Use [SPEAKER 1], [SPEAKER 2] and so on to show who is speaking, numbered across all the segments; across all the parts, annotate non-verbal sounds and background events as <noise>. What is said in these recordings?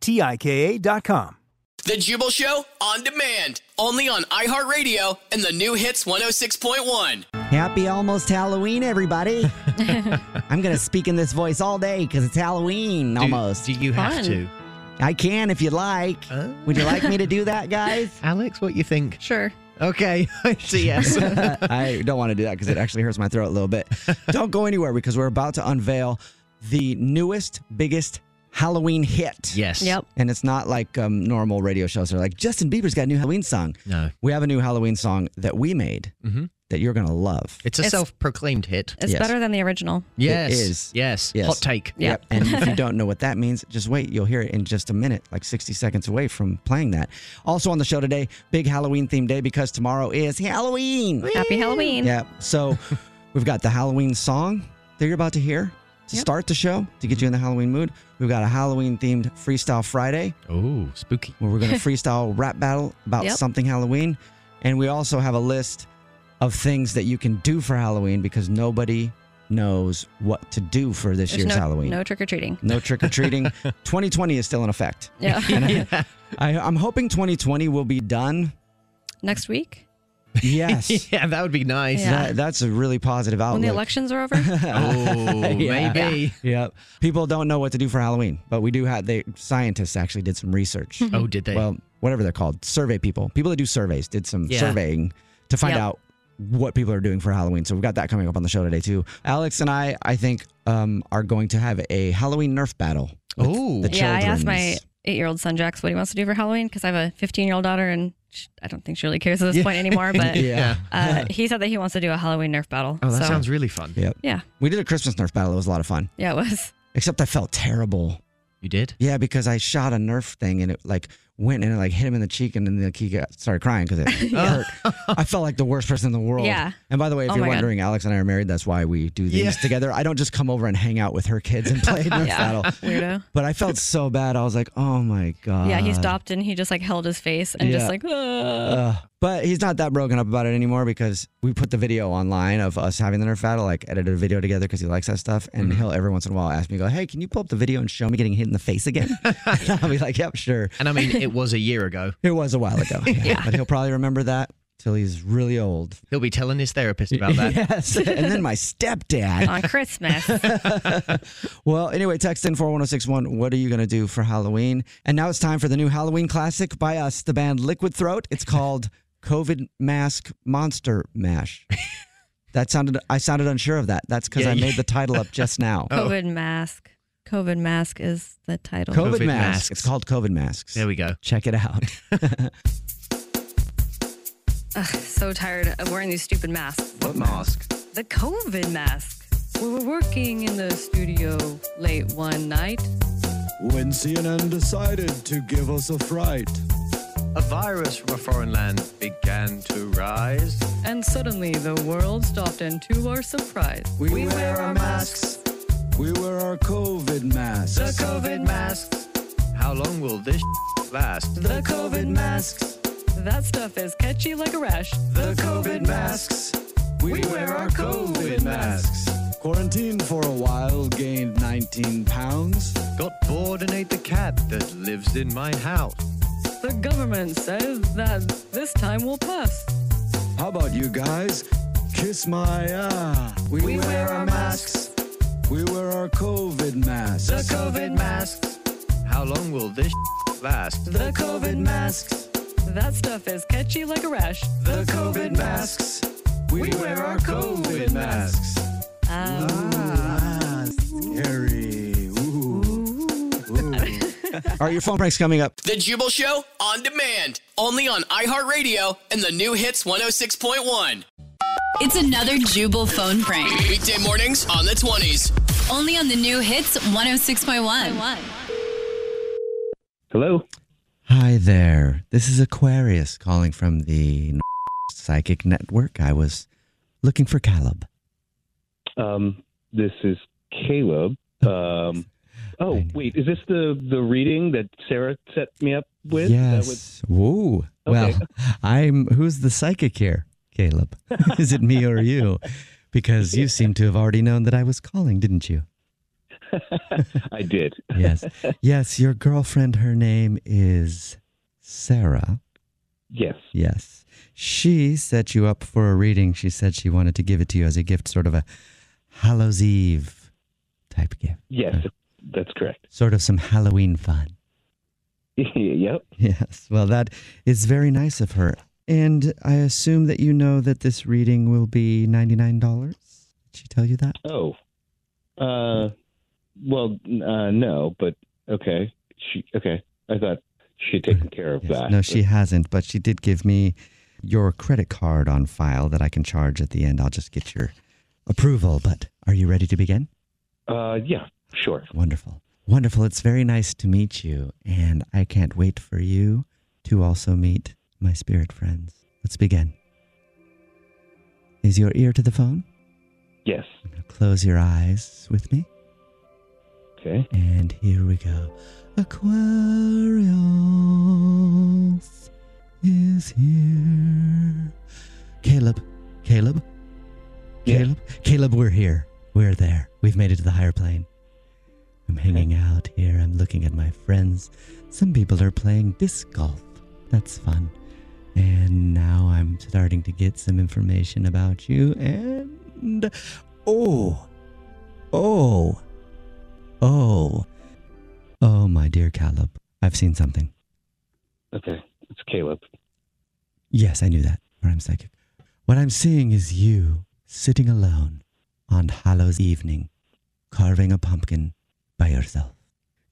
[SPEAKER 1] T-I-K-A dot com.
[SPEAKER 2] The Jubal Show on demand, only on iHeartRadio and the new hits 106.1.
[SPEAKER 3] Happy almost Halloween,
[SPEAKER 4] <laughs>
[SPEAKER 3] everybody. I'm going to speak in this voice all day because it's Halloween almost.
[SPEAKER 4] Do you have to?
[SPEAKER 3] I can if you'd like.
[SPEAKER 4] Oh.
[SPEAKER 3] Would you
[SPEAKER 4] <laughs>
[SPEAKER 3] like me to do that, guys?
[SPEAKER 4] Alex, what you think?
[SPEAKER 5] Sure.
[SPEAKER 4] Okay, <laughs> so
[SPEAKER 3] <laughs>
[SPEAKER 4] yes.
[SPEAKER 3] I don't want to do that because it actually hurts my throat a little
[SPEAKER 4] <laughs>
[SPEAKER 3] bit. Don't go anywhere because we're about to unveil the newest, biggest Halloween hit.
[SPEAKER 4] yes.
[SPEAKER 5] Yep.
[SPEAKER 3] And it's not like um, normal radio shows. They're like, Justin Bieber's got a new Halloween song.
[SPEAKER 4] No.
[SPEAKER 3] We have a new Halloween song that we made
[SPEAKER 4] Mhm.
[SPEAKER 3] that you're going to love.
[SPEAKER 4] It's a
[SPEAKER 5] It's-
[SPEAKER 4] self-proclaimed hit.
[SPEAKER 5] It's
[SPEAKER 3] Yes.
[SPEAKER 5] better than the original.
[SPEAKER 4] Yes.
[SPEAKER 3] is.
[SPEAKER 4] Yes.
[SPEAKER 3] Yes.
[SPEAKER 4] Hot take.
[SPEAKER 5] Yeah.
[SPEAKER 3] Yep. And if you don't know what that means, just wait. You'll hear it in just a minute, like 60 seconds away from playing that. Also on the show today, big Halloween themed day because tomorrow is Halloween.
[SPEAKER 5] Happy Halloween.
[SPEAKER 3] Yep. Uh, So we've got the Halloween song that you're about to hear to
[SPEAKER 5] Yep.
[SPEAKER 3] start the show to get you in the Halloween mood. We've got a Halloween themed Freestyle Friday
[SPEAKER 4] Oh, spooky.
[SPEAKER 3] where we're going to freestyle rap battle about
[SPEAKER 5] Yep.
[SPEAKER 3] something Halloween. And we also have a list of things that you can do for Halloween because nobody knows what to do for this
[SPEAKER 5] There's
[SPEAKER 3] year's
[SPEAKER 5] no,
[SPEAKER 3] Halloween.
[SPEAKER 5] no trick or treating.
[SPEAKER 3] No trick or treating. 2020 is still in effect. <laughs>
[SPEAKER 5] Yeah.
[SPEAKER 3] And I, I, I'm hoping 2020 will be done.
[SPEAKER 5] Next week
[SPEAKER 3] Yes.
[SPEAKER 4] yeah, that would be nice.
[SPEAKER 5] Yeah.
[SPEAKER 3] That, that's a really positive outlook.
[SPEAKER 5] when the elections are
[SPEAKER 3] <laughs>
[SPEAKER 5] over.
[SPEAKER 4] Oh,
[SPEAKER 3] Yeah.
[SPEAKER 4] maybe.
[SPEAKER 3] Yep. People don't know what to do for Halloween, but we do have. They scientists actually did some research.
[SPEAKER 5] Mm-hmm.
[SPEAKER 4] Oh, did they?
[SPEAKER 3] well, whatever they're called, survey people. People that do surveys did some
[SPEAKER 4] Yeah.
[SPEAKER 3] surveying to find
[SPEAKER 5] Yep.
[SPEAKER 3] out what people are doing for Halloween. So we've got that coming up on the show today too. Alex and I, I think, um, are going to have a Halloween Nerf battle. with
[SPEAKER 4] Oh.
[SPEAKER 3] the
[SPEAKER 5] yeah, I asked my
[SPEAKER 3] children's.
[SPEAKER 5] eight-year-old son Jax what he wants to do for Halloween because I have a 15-year-old daughter and sh I don't think she really cares at this point
[SPEAKER 3] <laughs>
[SPEAKER 5] anymore. But
[SPEAKER 3] Yeah.
[SPEAKER 5] uh, he said that he wants to do a Halloween Nerf battle.
[SPEAKER 4] Oh, that
[SPEAKER 5] so,
[SPEAKER 4] sounds really fun.
[SPEAKER 3] Yep.
[SPEAKER 5] yeah,
[SPEAKER 3] We did a Christmas Nerf battle. It was a lot of fun.
[SPEAKER 5] yeah, it was.
[SPEAKER 3] Except I felt terrible.
[SPEAKER 4] You did?
[SPEAKER 3] Yeah, because I shot a Nerf thing and it like went and it like hit him in the cheek and then like, he got, started crying
[SPEAKER 4] <laughs>
[SPEAKER 3] because it hurt. I felt like the worst person in the world.
[SPEAKER 5] Yeah.
[SPEAKER 3] And by the way, if
[SPEAKER 5] Oh
[SPEAKER 3] you're
[SPEAKER 5] my God.
[SPEAKER 3] wondering, Alex and I are married. That's why we do these
[SPEAKER 4] Yeah.
[SPEAKER 3] together. I don't just come over and hang out with her kids and <laughs>
[SPEAKER 4] <laughs>
[SPEAKER 3] play Nerf
[SPEAKER 5] Yeah.
[SPEAKER 3] battle.
[SPEAKER 5] Weirdo.
[SPEAKER 3] But I felt so bad. I was like, oh my god.
[SPEAKER 5] yeah, he stopped and he just like held his face and
[SPEAKER 3] Yeah.
[SPEAKER 5] just like. "Ugh."
[SPEAKER 4] Uh,
[SPEAKER 3] Ugh. but he's not that broken up about it anymore because we put the video online of us having the Nerf battle, like edited a video together because he likes that stuff. And
[SPEAKER 4] Mm-hmm.
[SPEAKER 3] he'll every once in a while ask me, go, hey, can you pull up the video and show me getting hit in the face
[SPEAKER 4] <laughs>
[SPEAKER 3] again? <laughs> And I'll be like, yep, sure.
[SPEAKER 4] And I mean, it was a year ago.
[SPEAKER 3] <laughs> It was a while
[SPEAKER 4] <laughs>
[SPEAKER 3] ago. yeah. But he'll probably remember that till he's really old.
[SPEAKER 4] He'll be telling his therapist about
[SPEAKER 3] <laughs>
[SPEAKER 4] that.
[SPEAKER 3] Yes. and then my stepdad.
[SPEAKER 5] On Christmas.
[SPEAKER 3] Well, anyway, text in 41061. What are you going to do for Halloween? And now it's time for the new Halloween classic by us, the band Liquid Throat. It's
[SPEAKER 4] <laughs>
[SPEAKER 3] called COVID Mask Monster Mash. That sounded, I sounded unsure of that. That's because
[SPEAKER 4] Yeah,
[SPEAKER 3] I
[SPEAKER 4] you- Oh.
[SPEAKER 3] made the title up just <laughs>
[SPEAKER 4] <laughs>
[SPEAKER 3] now.
[SPEAKER 5] COVID mask. COVID mask is the title.
[SPEAKER 3] COVID, Masks.
[SPEAKER 4] COVID masks.
[SPEAKER 3] It's called COVID Masks.
[SPEAKER 4] There we go.
[SPEAKER 3] Check it
[SPEAKER 4] <laughs>
[SPEAKER 3] out.
[SPEAKER 5] Ugh, so tired of wearing these stupid masks.
[SPEAKER 4] What mask?
[SPEAKER 5] The COVID mask. We were working in the studio late one night.
[SPEAKER 6] when CNN decided to give us a fright.
[SPEAKER 7] A virus from a foreign land began to rise.
[SPEAKER 5] And suddenly the world stopped, and to our surprise,
[SPEAKER 6] We, wear our masks. We wear our COVID masks.
[SPEAKER 7] COVID masks. How long will this last? The COVID masks.
[SPEAKER 8] That stuff is catchy like a rash.
[SPEAKER 7] The COVID masks. We wear our COVID masks.
[SPEAKER 9] Quarantined for a while, gained 19 pounds.
[SPEAKER 7] Got bored and ate the cat that lives in my house.
[SPEAKER 8] The government says that this time will pass.
[SPEAKER 9] How about you guys? Kiss my ah.
[SPEAKER 7] We, wear our masks.
[SPEAKER 9] We wear our COVID masks.
[SPEAKER 7] The COVID masks. How long will this last? The COVID masks.
[SPEAKER 8] That stuff is catchy like a rash.
[SPEAKER 7] The COVID masks. We wear our COVID masks.
[SPEAKER 9] Ah, scary. Ooh. Ooh.
[SPEAKER 3] Are your phone pranks coming up?
[SPEAKER 2] The Jubal Show on demand, only on iHeartRadio and the new hits 106.1.
[SPEAKER 10] It's another Jubal phone prank.
[SPEAKER 2] Weekday mornings on the 20s.
[SPEAKER 10] Only on the new hits 106.1.
[SPEAKER 11] Hello.
[SPEAKER 3] Hi there. This is Aquarius calling from the Psychic Network. I was looking for Caleb.
[SPEAKER 11] Um, this is Caleb.
[SPEAKER 3] <laughs>
[SPEAKER 11] Um, oh, wait. Is this the, the reading that Sarah set me up with? Is that what-
[SPEAKER 3] yes. Woo. Well, I'm. Who's the psychic here,
[SPEAKER 11] <laughs>
[SPEAKER 3] Caleb? is it me or you? Because you seem to have already known that I was calling, didn't you?
[SPEAKER 11] I did.
[SPEAKER 3] <laughs> Yes. yes. Your girlfriend. Her name is Sarah.
[SPEAKER 11] Yes.
[SPEAKER 3] Yes. She set you up for a reading. She said she wanted to give it to you as a gift, sort of a Hallows Eve type gift,
[SPEAKER 11] <laughs> Yes. That's correct.
[SPEAKER 3] sort of some Halloween fun.
[SPEAKER 11] <laughs> yep.
[SPEAKER 3] <laughs> Yes. Well, that is very nice of her. And I assume that you know that this reading will be $99. Did she tell you that?
[SPEAKER 11] Oh. Uh, well, uh, no, but okay. She, okay. I thought she had taken care of that.
[SPEAKER 3] No, she hasn't, but she did give me your credit card on file that I can charge at the end. I'll just get your approval. But are you ready to begin?
[SPEAKER 11] Uh, yeah. Sure.
[SPEAKER 3] Wonderful. Wonderful. It's very nice to meet you. And I can't wait for you to also meet my spirit friends. Let's begin. Is your ear to the phone?
[SPEAKER 11] Yes.
[SPEAKER 3] Close your eyes with me.
[SPEAKER 11] Okay.
[SPEAKER 3] And here we go. Aquarius is here. Caleb, Caleb,
[SPEAKER 11] Yeah.
[SPEAKER 3] Caleb, Caleb, we're here. We're there. We've made it to the higher plane. I'm hanging out here. I'm looking at my friends. Some people are playing disc golf. That's fun. And now I'm starting to get some information about you. And oh, oh, oh, oh, my dear Caleb, I've seen something.
[SPEAKER 11] Okay. It's Caleb.
[SPEAKER 3] Yes, I knew that, or I'm psychic. What I'm seeing is you sitting alone on Hallows evening, carving a pumpkin by yourself.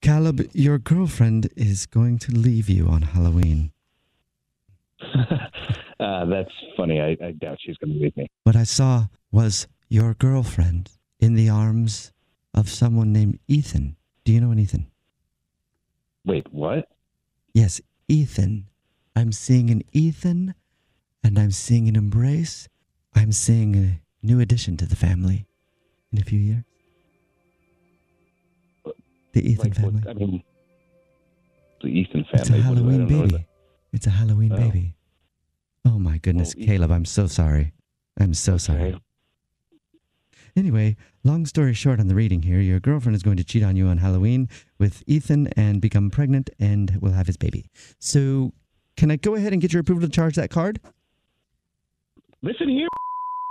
[SPEAKER 3] Caleb, your girlfriend is going to leave you on Halloween.
[SPEAKER 11] Uh, that's funny. I, I doubt she's going to leave me.
[SPEAKER 3] What I saw was your girlfriend in the arms of someone named Ethan. Do you know an Ethan?
[SPEAKER 11] Wait, what?
[SPEAKER 3] Yes, Ethan. I'm seeing an Ethan and I'm seeing an embrace. I'm seeing a new addition to the family in a few years. The Ethan
[SPEAKER 11] like, what-
[SPEAKER 3] family.
[SPEAKER 11] I mean, the Ethan family.
[SPEAKER 3] it's
[SPEAKER 11] What
[SPEAKER 3] a
[SPEAKER 11] do I- I
[SPEAKER 3] Halloween
[SPEAKER 11] don't know what
[SPEAKER 3] baby. It's a Halloween
[SPEAKER 11] Oh.
[SPEAKER 3] baby. Oh my goodness,
[SPEAKER 11] Ethan-
[SPEAKER 3] Caleb, I'm so sorry. I'm so
[SPEAKER 11] the-
[SPEAKER 3] sorry. Anyway, long story short on the reading here, your girlfriend is going to cheat on you on Halloween with Ethan and become pregnant and will have his baby. So, can I go ahead and get your approval to charge that card?
[SPEAKER 11] Listen here,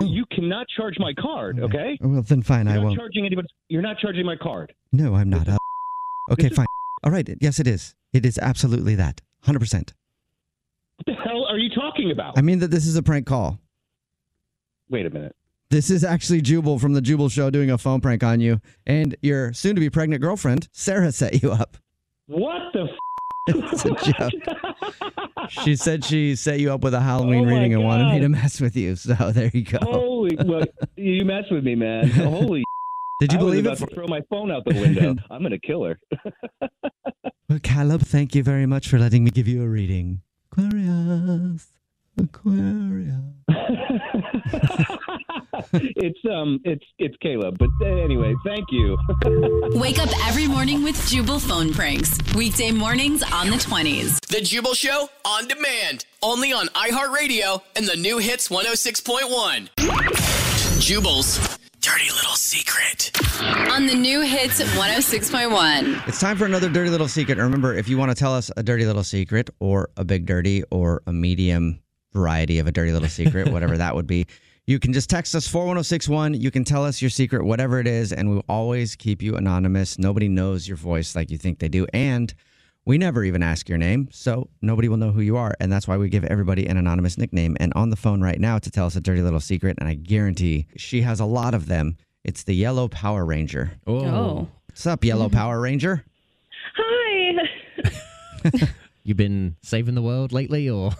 [SPEAKER 11] you cannot charge my card. Okay.
[SPEAKER 3] Hmm. Well, then fine,
[SPEAKER 11] You're
[SPEAKER 3] I
[SPEAKER 11] not
[SPEAKER 3] won't.
[SPEAKER 11] charging anybody. You're not charging my card.
[SPEAKER 3] no, I'm not.
[SPEAKER 11] This is-
[SPEAKER 3] Uh, okay,
[SPEAKER 11] this is-
[SPEAKER 3] fine. All right. Yes, it is. It is absolutely that. 100%.
[SPEAKER 11] What the hell are you talking about?
[SPEAKER 3] I mean that this is a prank call.
[SPEAKER 11] Wait a minute.
[SPEAKER 3] This is actually Jubal from the Jubal Show doing a phone prank on you, and your soon to be pregnant girlfriend, Sarah, set you up. <laughs>
[SPEAKER 11] What the? F-
[SPEAKER 3] It's a joke.
[SPEAKER 11] <laughs>
[SPEAKER 3] she said she set you up with a Halloween
[SPEAKER 11] Oh my
[SPEAKER 3] reading and wanted me
[SPEAKER 11] God. Oh.
[SPEAKER 3] to mess with you. So there you go.
[SPEAKER 11] Holy!
[SPEAKER 3] <laughs>
[SPEAKER 11] Well, you mess with me, man. Holy!
[SPEAKER 3] Did you
[SPEAKER 11] I was
[SPEAKER 3] believe it?
[SPEAKER 11] about
[SPEAKER 3] For-
[SPEAKER 11] to throw my phone out the
[SPEAKER 3] <laughs>
[SPEAKER 11] window. I'm gonna kill her. <laughs>
[SPEAKER 3] well, Caleb, thank you very much for letting me give you a reading. Aquarius. Aquarius.
[SPEAKER 12] it's um, it's it's Caleb. But
[SPEAKER 11] uh,
[SPEAKER 12] anyway, thank
[SPEAKER 11] <laughs>
[SPEAKER 12] you.
[SPEAKER 10] Wake up every morning with Jubal phone pranks. Weekday mornings on the 20s.
[SPEAKER 2] The Jubal Show on demand, only on iHeartRadio and the new hits 106.1. Jubal's dirty little secret.
[SPEAKER 10] On the new hits 106.1.
[SPEAKER 3] It's time for another dirty little secret. And Remember, if you want to tell us a dirty little secret or a big dirty or a medium variety of a dirty little secret, whatever that would be, you can just text us 41061. You can tell us your secret, whatever it is, and we'll always keep you anonymous. Nobody knows your voice like you think they do. And we never even ask your name, so nobody will know who you are. And that's why we give everybody an anonymous nickname. And on the phone right now to tell us a dirty little secret, and I guarantee she has a lot of them. It's the Yellow Power Ranger.
[SPEAKER 5] Oh.
[SPEAKER 3] What's up, Yellow Power Ranger?
[SPEAKER 13] Hi. <laughs>
[SPEAKER 4] You been saving the world lately, or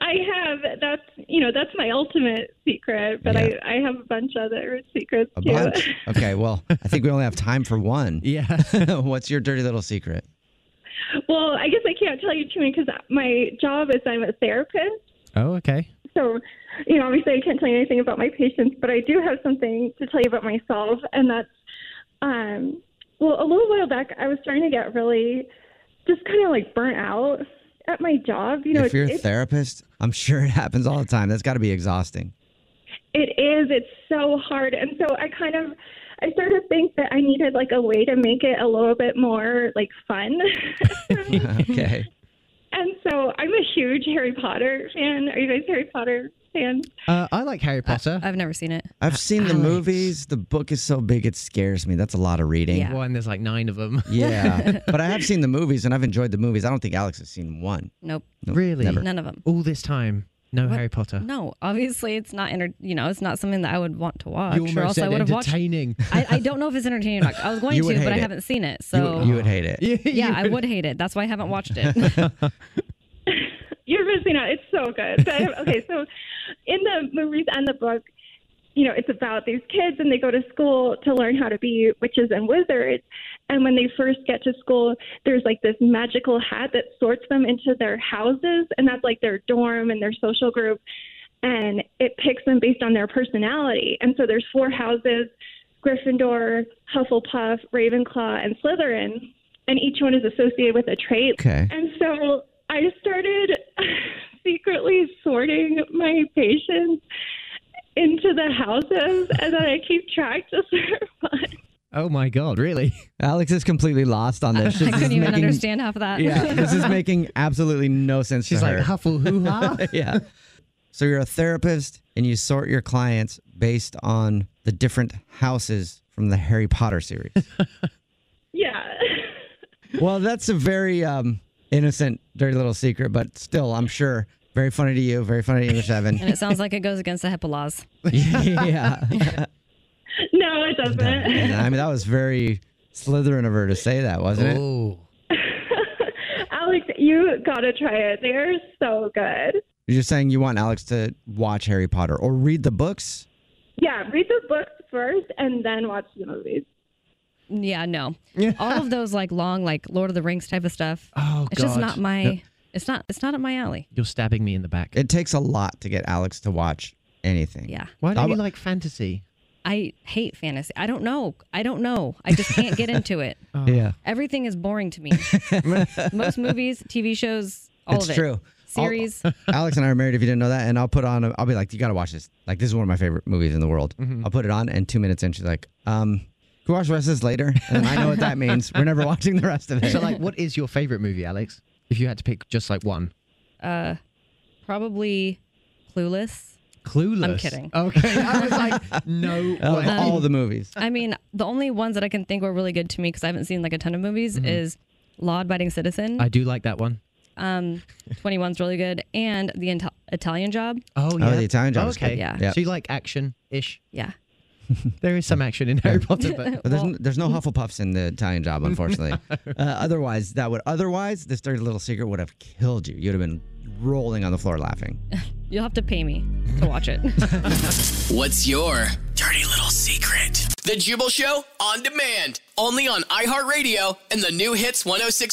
[SPEAKER 13] I have that's you know that's my ultimate secret, but I I have a bunch other secrets
[SPEAKER 3] A
[SPEAKER 13] too.
[SPEAKER 3] bunch. Okay, well, I think we only have time for one. Yeah. <laughs> What's your dirty little secret?
[SPEAKER 13] <laughs> Well, I guess I can't tell you too many because my job is I'm a therapist,
[SPEAKER 4] Oh, okay.
[SPEAKER 13] so you know obviously I can't tell you anything about my patients, but I do have something to tell you about myself, and that's um well a little while back I was starting to get really just kind of like burnt out at my job. You know,
[SPEAKER 3] if you're a
[SPEAKER 13] it's,
[SPEAKER 3] therapist, I'm sure it happens all the time. That's got to be exhausting. <laughs>
[SPEAKER 13] It is. It's so hard. And so I kind of I started to think that I needed like a way to make it a little bit more like fun. <laughs>
[SPEAKER 3] okay.
[SPEAKER 13] and so I'm a huge Harry Potter fan. Are you guys Harry Potter fans?
[SPEAKER 4] Uh, I like Harry Potter.
[SPEAKER 5] I've never seen it.
[SPEAKER 3] I've seen the movies. The book is so big it scares me. That's a lot of reading.
[SPEAKER 4] Well, and there's like nine of <laughs> them.
[SPEAKER 3] Yeah. but I have seen the movies and I've enjoyed the movies. I don't think Alex has seen one.
[SPEAKER 5] Nope.
[SPEAKER 4] Really?
[SPEAKER 3] never.
[SPEAKER 5] None of them.
[SPEAKER 4] All this time, no Harry Potter.
[SPEAKER 5] No, obviously it's not enter- you know, it's not something that I would want to watch
[SPEAKER 4] You
[SPEAKER 5] or
[SPEAKER 4] almost
[SPEAKER 5] else I
[SPEAKER 4] said
[SPEAKER 5] would have watched.
[SPEAKER 4] <laughs> entertaining.
[SPEAKER 5] I, I don't know if it's entertaining or not. I
[SPEAKER 3] <laughs>
[SPEAKER 5] was going
[SPEAKER 3] You
[SPEAKER 5] to,
[SPEAKER 3] would
[SPEAKER 5] but
[SPEAKER 3] hate
[SPEAKER 5] I
[SPEAKER 3] it.
[SPEAKER 5] haven't seen it.
[SPEAKER 3] You
[SPEAKER 5] So
[SPEAKER 3] would- you would hate it. <laughs> Yeah,
[SPEAKER 5] <laughs> yeah, I would hate it. That's why I haven't watched it.
[SPEAKER 13] <laughs> You're missing out. It's so good. But, okay, so in the movies and the book, you know, it's about these kids and they go to school to learn how to be witches and wizards. And when they first get to school, there's like this magical hat that sorts them into their houses, and that's like their dorm and their social group. And it picks them based on their personality. And so there's four houses Gryffindor, Hufflepuff, Ravenclaw, and Slytherin. And each one is associated with a trait.
[SPEAKER 3] Okay.
[SPEAKER 13] And so I started secretly sorting my patients into the houses, and then I keep track just for fun.
[SPEAKER 4] Oh my God, really?
[SPEAKER 3] Alex is completely lost on
[SPEAKER 5] <laughs>
[SPEAKER 3] this.
[SPEAKER 5] I
[SPEAKER 3] She's- this
[SPEAKER 5] couldn't
[SPEAKER 3] is
[SPEAKER 5] even
[SPEAKER 3] making-
[SPEAKER 5] understand half of that. <laughs>
[SPEAKER 3] Yeah, this is making absolutely no sense
[SPEAKER 4] She's
[SPEAKER 3] to
[SPEAKER 4] like,
[SPEAKER 3] her.
[SPEAKER 4] huffle hoo ha.
[SPEAKER 3] <laughs> yeah. So you're a therapist and you sort your clients based on the different houses from the Harry Potter
[SPEAKER 4] <laughs>
[SPEAKER 3] series.
[SPEAKER 13] <laughs> Yeah.
[SPEAKER 3] well, that's a very um, innocent, dirty little secret, but still, I'm sure very funny to you, very funny to English Evan. <laughs>
[SPEAKER 5] And it sounds like it goes against the HIPAA laws.
[SPEAKER 3] yeah.
[SPEAKER 13] <laughs> No, it doesn't.
[SPEAKER 3] I mean, that was very Slytherin of her to say that, wasn't
[SPEAKER 4] it?
[SPEAKER 13] Alex, you gotta try it. They are so good.
[SPEAKER 3] You're saying you want Alex to watch Harry Potter or read the books?
[SPEAKER 13] Yeah, read the books first and then watch the movies.
[SPEAKER 5] Yeah, no. All of those like long, like Lord of the Rings type of stuff.
[SPEAKER 4] Oh,
[SPEAKER 5] It's just
[SPEAKER 3] God.
[SPEAKER 5] not my.
[SPEAKER 3] Yep.
[SPEAKER 5] It's not. It's not up my alley.
[SPEAKER 4] You're stabbing me in the back.
[SPEAKER 3] It takes a lot to get Alex to watch anything.
[SPEAKER 5] Yeah.
[SPEAKER 4] Why don't
[SPEAKER 3] How
[SPEAKER 4] you
[SPEAKER 3] about-
[SPEAKER 4] like fantasy?
[SPEAKER 5] I hate fantasy. I don't know. I don't know. I just can't get into
[SPEAKER 4] <laughs>
[SPEAKER 5] it.
[SPEAKER 4] Oh.
[SPEAKER 3] Yeah.
[SPEAKER 5] Everything is boring to
[SPEAKER 3] <laughs>
[SPEAKER 5] me. Most movies, TV shows, all
[SPEAKER 3] it's
[SPEAKER 5] of it.
[SPEAKER 3] true. I'll-
[SPEAKER 5] Series.
[SPEAKER 3] <laughs> Alex and I are married. If you didn't know that, and I'll put on. A, I'll be like, you gotta watch this. Like this is one of my favorite movies in the world.
[SPEAKER 4] Mhm.
[SPEAKER 3] I'll put it on, and two minutes in, she's like, um, can we watch the rest of this later? And I know what that means. We're never <laughs> watching the rest of it.
[SPEAKER 4] So, like, what is your favorite movie, Alex? If you had to pick just like one,
[SPEAKER 5] Uh, probably Clueless.
[SPEAKER 4] Clueless.
[SPEAKER 5] I'm kidding.
[SPEAKER 4] Okay, I
[SPEAKER 3] <laughs>
[SPEAKER 4] was like, no
[SPEAKER 3] Out
[SPEAKER 4] way.
[SPEAKER 3] of Oh, all the movies.
[SPEAKER 5] I mean, the only ones that I can think were really good to me because I haven't seen like a ton of movies
[SPEAKER 3] Mm-hmm.
[SPEAKER 4] Mhm.
[SPEAKER 5] is Law Abiding Citizen.
[SPEAKER 4] I do like that one.
[SPEAKER 5] Um, 21's really good, and the Ital- Italian Job.
[SPEAKER 4] Oh yeah,
[SPEAKER 3] yeah. the Italian Job is
[SPEAKER 4] Okay,
[SPEAKER 3] good.
[SPEAKER 5] Yeah.
[SPEAKER 3] Yeah.
[SPEAKER 4] So you like action ish?
[SPEAKER 5] Yeah.
[SPEAKER 4] There is some action in Harry Potter,
[SPEAKER 3] <laughs>
[SPEAKER 4] but
[SPEAKER 3] But there's, n there's no Hufflepuffs in the Italian job,
[SPEAKER 4] <laughs>
[SPEAKER 3] unfortunately. uh, otherwise, that would otherwise this dirty little secret would have killed you. You'd have been rolling on the floor laughing.
[SPEAKER 5] You'll have to pay me to watch it.
[SPEAKER 2] What's your Dirty little secret. The Jubal Show on demand, only on iHeartRadio and the new hits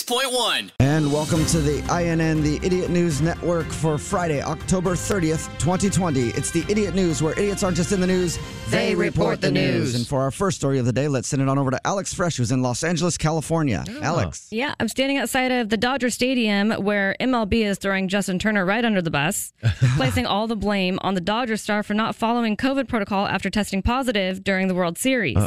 [SPEAKER 2] 106.1.
[SPEAKER 3] And welcome to the INN, the Idiot News Network for Friday, October 30th, 2020. It's the Idiot News, where idiots aren't just in the news,
[SPEAKER 14] They report the news.
[SPEAKER 3] And for our first story of the day, let's send it on over to Alex Fresh, who's in Los Angeles, California.
[SPEAKER 14] Oh.
[SPEAKER 3] Alex.
[SPEAKER 5] Yeah, I'm standing outside of the Dodger Stadium where MLB is throwing Justin Turner right under the bus, placing all the blame on the Dodger star for not following COVID protocol after testing positive during the World Series.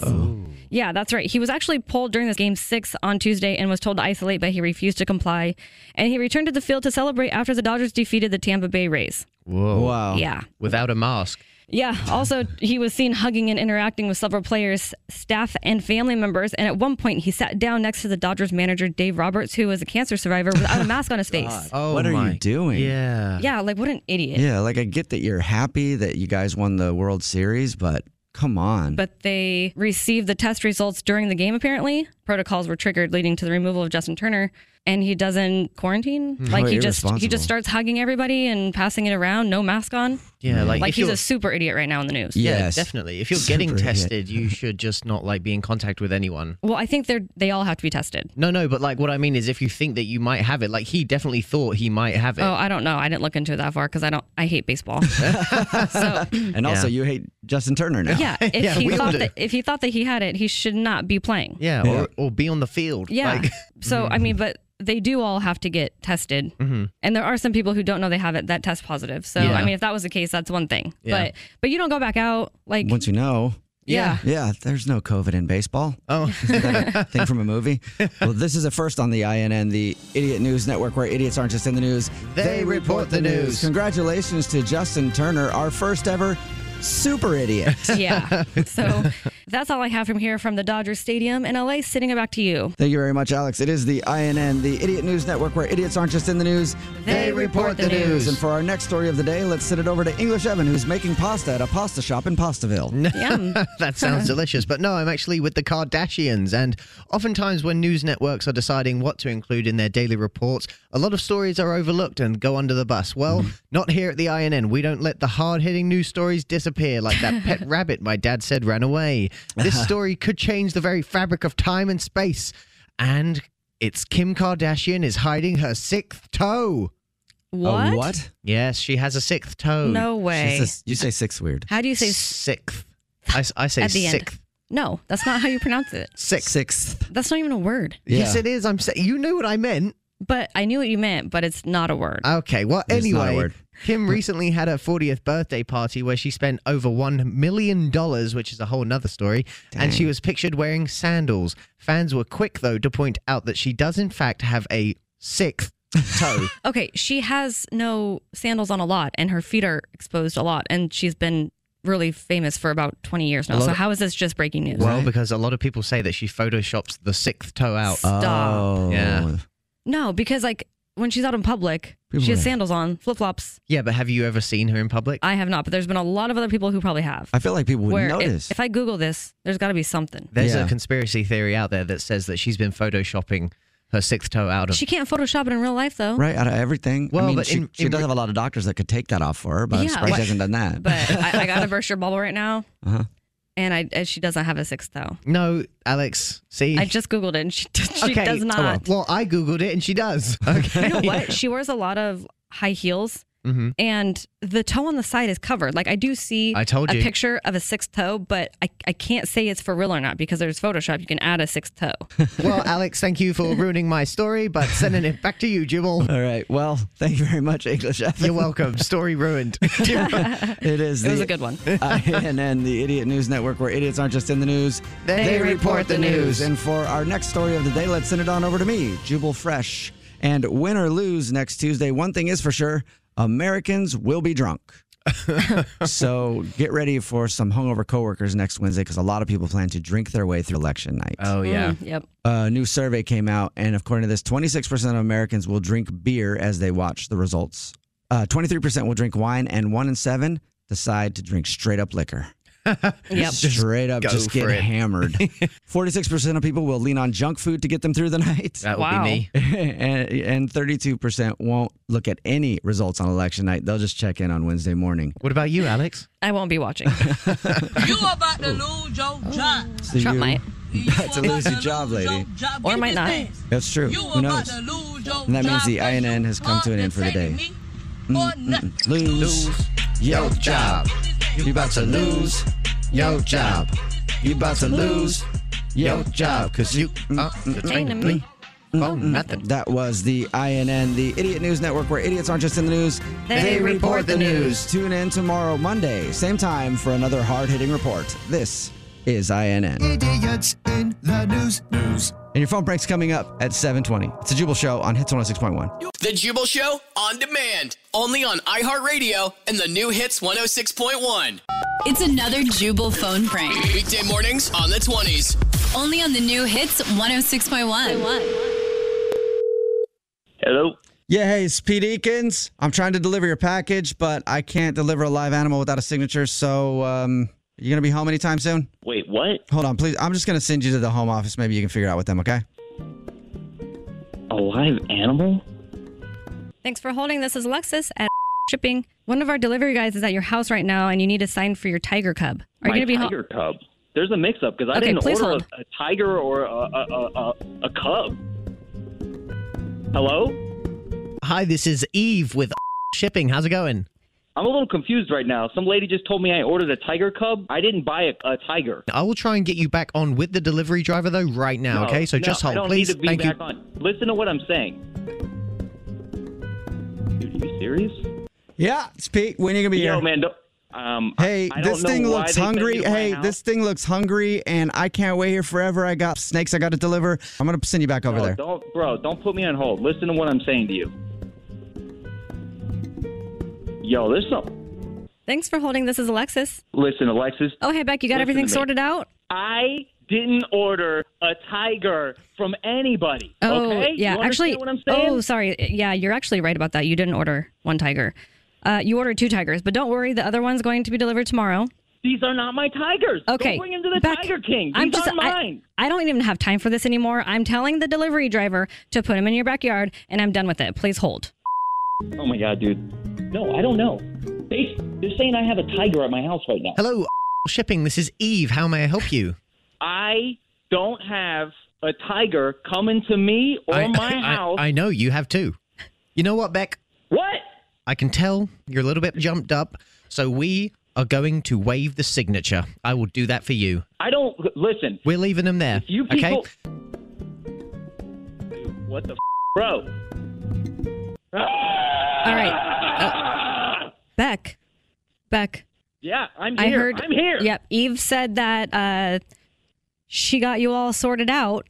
[SPEAKER 5] Yeah, that's right. He was actually pulled during this game six on Tuesday and was told to isolate, but he refused to comply. And he returned to the field to celebrate after the Dodgers defeated the Tampa Bay Rays.
[SPEAKER 4] Whoa.
[SPEAKER 5] Wow. Yeah.
[SPEAKER 4] Without a mask.
[SPEAKER 5] Yeah. Also, he was seen hugging and interacting with several players, staff, and family members. And at one point, he sat down next to the Dodgers manager, Dave Roberts, who was a cancer survivor without
[SPEAKER 4] <laughs>
[SPEAKER 5] a mask on his face.
[SPEAKER 4] Oh,
[SPEAKER 3] what are
[SPEAKER 4] my-
[SPEAKER 3] you doing?
[SPEAKER 4] Yeah.
[SPEAKER 5] Yeah. Like, what an idiot.
[SPEAKER 3] Yeah, like I get that you're happy that you guys won the World Series, but come on.
[SPEAKER 5] But they received the test results during the game, apparently. Protocols were triggered, leading to the removal of Justin Turner. And he doesn't quarantine.
[SPEAKER 4] Hmm.
[SPEAKER 5] Like
[SPEAKER 4] How
[SPEAKER 5] he just he
[SPEAKER 4] irresponsible.
[SPEAKER 5] just starts hugging everybody and passing it around, no mask on.
[SPEAKER 4] Yeah, like,
[SPEAKER 5] like
[SPEAKER 4] if
[SPEAKER 5] he's
[SPEAKER 4] you're-
[SPEAKER 5] a super idiot right now in the news.
[SPEAKER 4] Yeah, definitely. If you're getting tested, you should just not like be in contact with anyone.
[SPEAKER 5] Well, I think they're they all have to be
[SPEAKER 4] <laughs>
[SPEAKER 5] tested.
[SPEAKER 4] No, no, but like what I mean is if you think that you might have it, like he definitely thought he might have it.
[SPEAKER 5] Oh, I don't know. I didn't look into it that far because I don't. I hate baseball.
[SPEAKER 3] and also, you hate Justin Turner now.
[SPEAKER 4] <laughs>
[SPEAKER 5] Yeah, if he
[SPEAKER 4] we all
[SPEAKER 5] thought
[SPEAKER 4] do.
[SPEAKER 5] that if he thought that he had it, he should not be playing.
[SPEAKER 4] <laughs> yeah, Or, or be on the field.
[SPEAKER 5] Yeah.
[SPEAKER 4] Like, <laughs> mm-hmm.
[SPEAKER 5] so I mean, but they do all have to get tested,
[SPEAKER 4] Mhm.
[SPEAKER 5] and there are some people who don't know they have it that test positive. So
[SPEAKER 3] Yeah.
[SPEAKER 5] I mean, if that was the case, that's one thing.
[SPEAKER 3] Yeah.
[SPEAKER 5] But but you don't go back out like
[SPEAKER 3] Once you know.
[SPEAKER 5] Yeah.
[SPEAKER 3] Yeah, there's no COVID in baseball. <laughs>
[SPEAKER 4] Oh.
[SPEAKER 3] Isn't that
[SPEAKER 4] <laughs>
[SPEAKER 3] a thing from a movie? Well, this is a first on the INN, the Idiot News Network, where idiots aren't just in the news,
[SPEAKER 4] They report the news.
[SPEAKER 3] Congratulations to Justin Turner, our first ever super idiot.
[SPEAKER 5] <laughs> yeah. So that's all I have from here from the Dodgers Stadium in LA. Sitting it back to you.
[SPEAKER 3] Thank you very much, Alex. It is the INN, the Idiot News Network, where idiots aren't just in the news,
[SPEAKER 5] They report the news.
[SPEAKER 3] And for our next story of the day, let's send it over to English Evan, who's making pasta at a pasta shop in
[SPEAKER 4] <laughs>
[SPEAKER 3] Pastaville.
[SPEAKER 4] that sounds delicious. But no, I'm actually with the Kardashians. And oftentimes, when news networks are deciding what to include in their daily reports, a lot of stories are overlooked and go under the bus.
[SPEAKER 5] Mm-hmm.
[SPEAKER 4] Well, not here at the INN. We don't let the hard hitting news stories disappear like that
[SPEAKER 5] <laughs>
[SPEAKER 4] pet rabbit my dad said ran away.
[SPEAKER 5] Uh-huh.
[SPEAKER 4] This story could change the very fabric of time and space. And it's Kim Kardashian is hiding her sixth toe.
[SPEAKER 5] What? what?
[SPEAKER 4] Yes, she has a sixth toe.
[SPEAKER 5] No way. She says-
[SPEAKER 3] you say sixth weird.
[SPEAKER 5] How do you say
[SPEAKER 4] sixth? I, s- I say
[SPEAKER 5] at the
[SPEAKER 4] sixth.
[SPEAKER 5] end? No, that's not how you pronounce it.
[SPEAKER 4] Sixth.
[SPEAKER 3] Sixth.
[SPEAKER 5] That's not even a word.
[SPEAKER 4] Yes, it is. I'm saying you knew what I meant.
[SPEAKER 5] But I knew what you meant, but it's not a word.
[SPEAKER 4] Okay. Well,
[SPEAKER 5] It's
[SPEAKER 4] anyway,
[SPEAKER 5] not a word.
[SPEAKER 3] <laughs>
[SPEAKER 4] Kim recently had her 40th birthday party where she spent over one million dollars, which is a whole nother story. And she was pictured wearing sandals. Fans were quick though to point out that she does in fact have a sixth
[SPEAKER 5] <laughs>
[SPEAKER 4] toe.
[SPEAKER 5] Okay, she has no sandals on a lot, and her feet are exposed a lot, and she's been really famous for about 20 years
[SPEAKER 4] A
[SPEAKER 5] now.
[SPEAKER 4] lot
[SPEAKER 5] So
[SPEAKER 4] of-
[SPEAKER 5] how is this just breaking news?
[SPEAKER 4] well, because a lot of people say that she photoshops the sixth toe out.
[SPEAKER 5] Stop. Oh.
[SPEAKER 4] Yeah.
[SPEAKER 5] no, because like when she's out in public,
[SPEAKER 4] People
[SPEAKER 5] she has
[SPEAKER 4] are-
[SPEAKER 5] sandals on, flip flops.
[SPEAKER 4] Yeah, but have you ever seen her in public?
[SPEAKER 5] I have not, but there's been a lot of other people who probably have.
[SPEAKER 3] I feel like people would
[SPEAKER 5] Where if-
[SPEAKER 3] notice.
[SPEAKER 5] If, I Google this, there's got to be something.
[SPEAKER 4] There's a conspiracy theory out there that says that she's been photoshopping her sixth toe out of
[SPEAKER 5] she can't Photoshop it in real life though.
[SPEAKER 3] Right out of everything.
[SPEAKER 4] Well,
[SPEAKER 3] I mean,
[SPEAKER 4] but
[SPEAKER 3] she,
[SPEAKER 4] in-
[SPEAKER 3] she
[SPEAKER 4] in
[SPEAKER 3] does
[SPEAKER 4] re-
[SPEAKER 3] have a lot of doctors that could take that off for her, but I'm
[SPEAKER 5] Yeah,
[SPEAKER 3] surprised
[SPEAKER 5] what-
[SPEAKER 3] she hasn't done that.
[SPEAKER 5] But I, I
[SPEAKER 4] <laughs>
[SPEAKER 5] gotta burst your bubble right now,
[SPEAKER 3] uh-huh.
[SPEAKER 5] and I and she doesn't have a sixth toe.
[SPEAKER 4] No, Alex. See,
[SPEAKER 5] I just googled it, and she <laughs> does, she
[SPEAKER 4] Okay,
[SPEAKER 5] does
[SPEAKER 4] oh,
[SPEAKER 5] not.
[SPEAKER 4] well. well, I googled it, and
[SPEAKER 3] <laughs>
[SPEAKER 4] she does. Okay. <laughs>
[SPEAKER 5] You know what? She wears a lot of high heels.
[SPEAKER 4] Mhm.
[SPEAKER 5] and the toe on the side is covered. Like I do see
[SPEAKER 4] I told
[SPEAKER 5] a
[SPEAKER 4] you.
[SPEAKER 5] picture of a sixth toe, but I, I can't say it's for real or not because there's Photoshop. You can add a sixth toe.
[SPEAKER 4] Well, Alex, thank you for ruining my story, but sending it back to you, Jubal.
[SPEAKER 3] All right. Well, thank you very much, English. Evan.
[SPEAKER 4] You're welcome. Story ruined.
[SPEAKER 3] <laughs> It is.
[SPEAKER 4] <laughs> It was
[SPEAKER 3] the
[SPEAKER 4] a
[SPEAKER 3] <laughs>
[SPEAKER 4] good one.
[SPEAKER 3] INN, the Idiot News Network, where idiots aren't just in the news,
[SPEAKER 4] They report the news.
[SPEAKER 3] And for our next story of the day, let's send it on over to me, Jubal Fresh. And win or lose next Tuesday, one thing is for sure Americans will be drunk. so get ready for some hungover coworkers next Wednesday because a lot of people plan to drink their way through election night.
[SPEAKER 4] Oh, yeah. Mm,
[SPEAKER 5] yep.
[SPEAKER 3] A new survey came out, and according to this, 26% of Americans will drink beer as they watch the results. Uh, 23% will drink wine, and one in seven decide to drink straight up liquor.
[SPEAKER 5] <laughs> Yep.
[SPEAKER 3] Straight up,
[SPEAKER 4] Go
[SPEAKER 3] just
[SPEAKER 4] for
[SPEAKER 3] get
[SPEAKER 4] it.
[SPEAKER 3] hammered.
[SPEAKER 4] <laughs>
[SPEAKER 3] Forty-six percent of people will lean on junk food to get them through the <laughs> night.
[SPEAKER 4] That would be
[SPEAKER 7] <laughs>
[SPEAKER 4] Wow. me.
[SPEAKER 3] and and thirty-two percent won't look at any results on election night. They'll just check in on Wednesday morning.
[SPEAKER 4] What about you, Alex?
[SPEAKER 5] I won't be
[SPEAKER 4] <laughs>
[SPEAKER 5] watching.
[SPEAKER 15] You about to lose your job.
[SPEAKER 5] Trump might.
[SPEAKER 3] <laughs> to lose your job, lady.
[SPEAKER 5] Or might not.
[SPEAKER 3] That's true. Who knows? And that means the INN has come to an end for the day. Mm, mm, mm. Lose your job. You about to lose your job. You about to lose your job because you mm,
[SPEAKER 5] Ain't a me.
[SPEAKER 3] Oh, nothing. That was the INN, the Idiot News Network, where idiots aren't just in the news,
[SPEAKER 4] They report the news.
[SPEAKER 3] Tune in tomorrow, Monday, same time, for another hard hitting report. This is INN.
[SPEAKER 16] Idiots in the news.
[SPEAKER 3] News. And your phone break's coming up at 720. It's a Jubal Show on Hits 106.1.
[SPEAKER 2] The Jubal Show on demand, only on iHeartRadio and the new Hits 106.1.
[SPEAKER 10] It's another Jubal phone prank.
[SPEAKER 2] Weekday mornings on the 20s.
[SPEAKER 10] Only on the new hits 106.1.
[SPEAKER 3] Hello? Yeah, hey, it's Pete Eakins. I'm trying to deliver your package, but I can't deliver a live animal without a signature. So, um, you going to be home anytime soon?
[SPEAKER 17] Wait, what?
[SPEAKER 3] Hold on, please. I'm just going to send you to the home office. Maybe you can figure it out with them, okay?
[SPEAKER 17] A live animal?
[SPEAKER 5] Thanks for holding. This is Lexus at <laughs> shipping. One of our delivery guys is at your house right now, and you need a sign for your tiger cub. Are
[SPEAKER 17] My
[SPEAKER 5] you going to be
[SPEAKER 17] tiger
[SPEAKER 5] home?
[SPEAKER 17] cub. There's a mix-up because I
[SPEAKER 5] Okay,
[SPEAKER 17] didn't
[SPEAKER 5] please
[SPEAKER 17] order
[SPEAKER 5] hold.
[SPEAKER 17] a, a tiger or a, a, a, a, a cub. Hello?
[SPEAKER 4] Hi, this is Eve with shipping. How's it going?
[SPEAKER 17] I'm a little confused right now. Some lady just told me I ordered a tiger cub. I didn't buy a, a tiger.
[SPEAKER 4] I will try and get you back on with the delivery driver though right now.
[SPEAKER 17] No,
[SPEAKER 4] okay, so
[SPEAKER 17] no,
[SPEAKER 4] just hold,
[SPEAKER 17] I don't
[SPEAKER 4] please.
[SPEAKER 17] Need to be
[SPEAKER 4] Thank
[SPEAKER 17] back
[SPEAKER 4] you.
[SPEAKER 17] On. Listen to what I'm saying. Dude, are you serious?
[SPEAKER 3] Yeah, it's Pete. When are you going to be
[SPEAKER 17] Yo,
[SPEAKER 3] here?
[SPEAKER 17] man. Don't, um,
[SPEAKER 3] Hey,
[SPEAKER 17] I, I don't
[SPEAKER 3] this
[SPEAKER 17] know
[SPEAKER 3] thing
[SPEAKER 17] why
[SPEAKER 3] looks
[SPEAKER 17] they sent
[SPEAKER 3] hungry.
[SPEAKER 17] you to my
[SPEAKER 3] Hey,
[SPEAKER 17] house.
[SPEAKER 3] this thing looks hungry, and I can't wait here forever. I got snakes I got to deliver. I'm going to send you back over
[SPEAKER 17] No,
[SPEAKER 3] there.
[SPEAKER 17] Don't, bro, don't put me on hold. Listen to what I'm saying to you. Yo, there's some.
[SPEAKER 5] Thanks for holding. This is Alexis.
[SPEAKER 17] Listen, Alexis.
[SPEAKER 5] Oh, hey, Beck, you got
[SPEAKER 17] Listen
[SPEAKER 5] everything
[SPEAKER 17] to me.
[SPEAKER 5] sorted out?
[SPEAKER 17] I didn't order a tiger from anybody.
[SPEAKER 5] Oh,
[SPEAKER 17] okay?
[SPEAKER 5] yeah.
[SPEAKER 17] You understand
[SPEAKER 5] actually,
[SPEAKER 17] what I'm saying?
[SPEAKER 5] oh, sorry. Yeah, you're actually right about that. You didn't order one tiger. Uh, you ordered two tigers, but don't worry. The other one's going to be delivered tomorrow.
[SPEAKER 17] These are not my tigers.
[SPEAKER 5] Okay.
[SPEAKER 17] Don't bring him to the
[SPEAKER 5] Beck,
[SPEAKER 17] Tiger King. These
[SPEAKER 5] I'm just,
[SPEAKER 17] are mine.
[SPEAKER 5] I, I don't even have time for this anymore. I'm telling the delivery driver to put him in your backyard, and I'm done with it. Please hold.
[SPEAKER 17] oh my god, dude. No, I don't know. They they're saying I have a tiger at my house right now.
[SPEAKER 4] Hello, shipping. This is Eve. How may I help you?
[SPEAKER 17] I don't have a tiger coming to me or
[SPEAKER 4] I,
[SPEAKER 17] my
[SPEAKER 4] I-
[SPEAKER 17] house.
[SPEAKER 4] I know you have too. You know what, Beck?
[SPEAKER 17] What?
[SPEAKER 4] I can tell you're a little bit jumped up, so we are going to waive the signature. I will do that for you.
[SPEAKER 17] I don't listen.
[SPEAKER 4] We're leaving them there.
[SPEAKER 17] You
[SPEAKER 4] okay?
[SPEAKER 17] people. What the f- bro?
[SPEAKER 5] All right. Uh, Beck. Beck.
[SPEAKER 17] Yeah, I'm
[SPEAKER 5] I
[SPEAKER 17] here.
[SPEAKER 5] heard.
[SPEAKER 17] I'm here.
[SPEAKER 5] Yep. Eve said that uh, she got you all sorted out,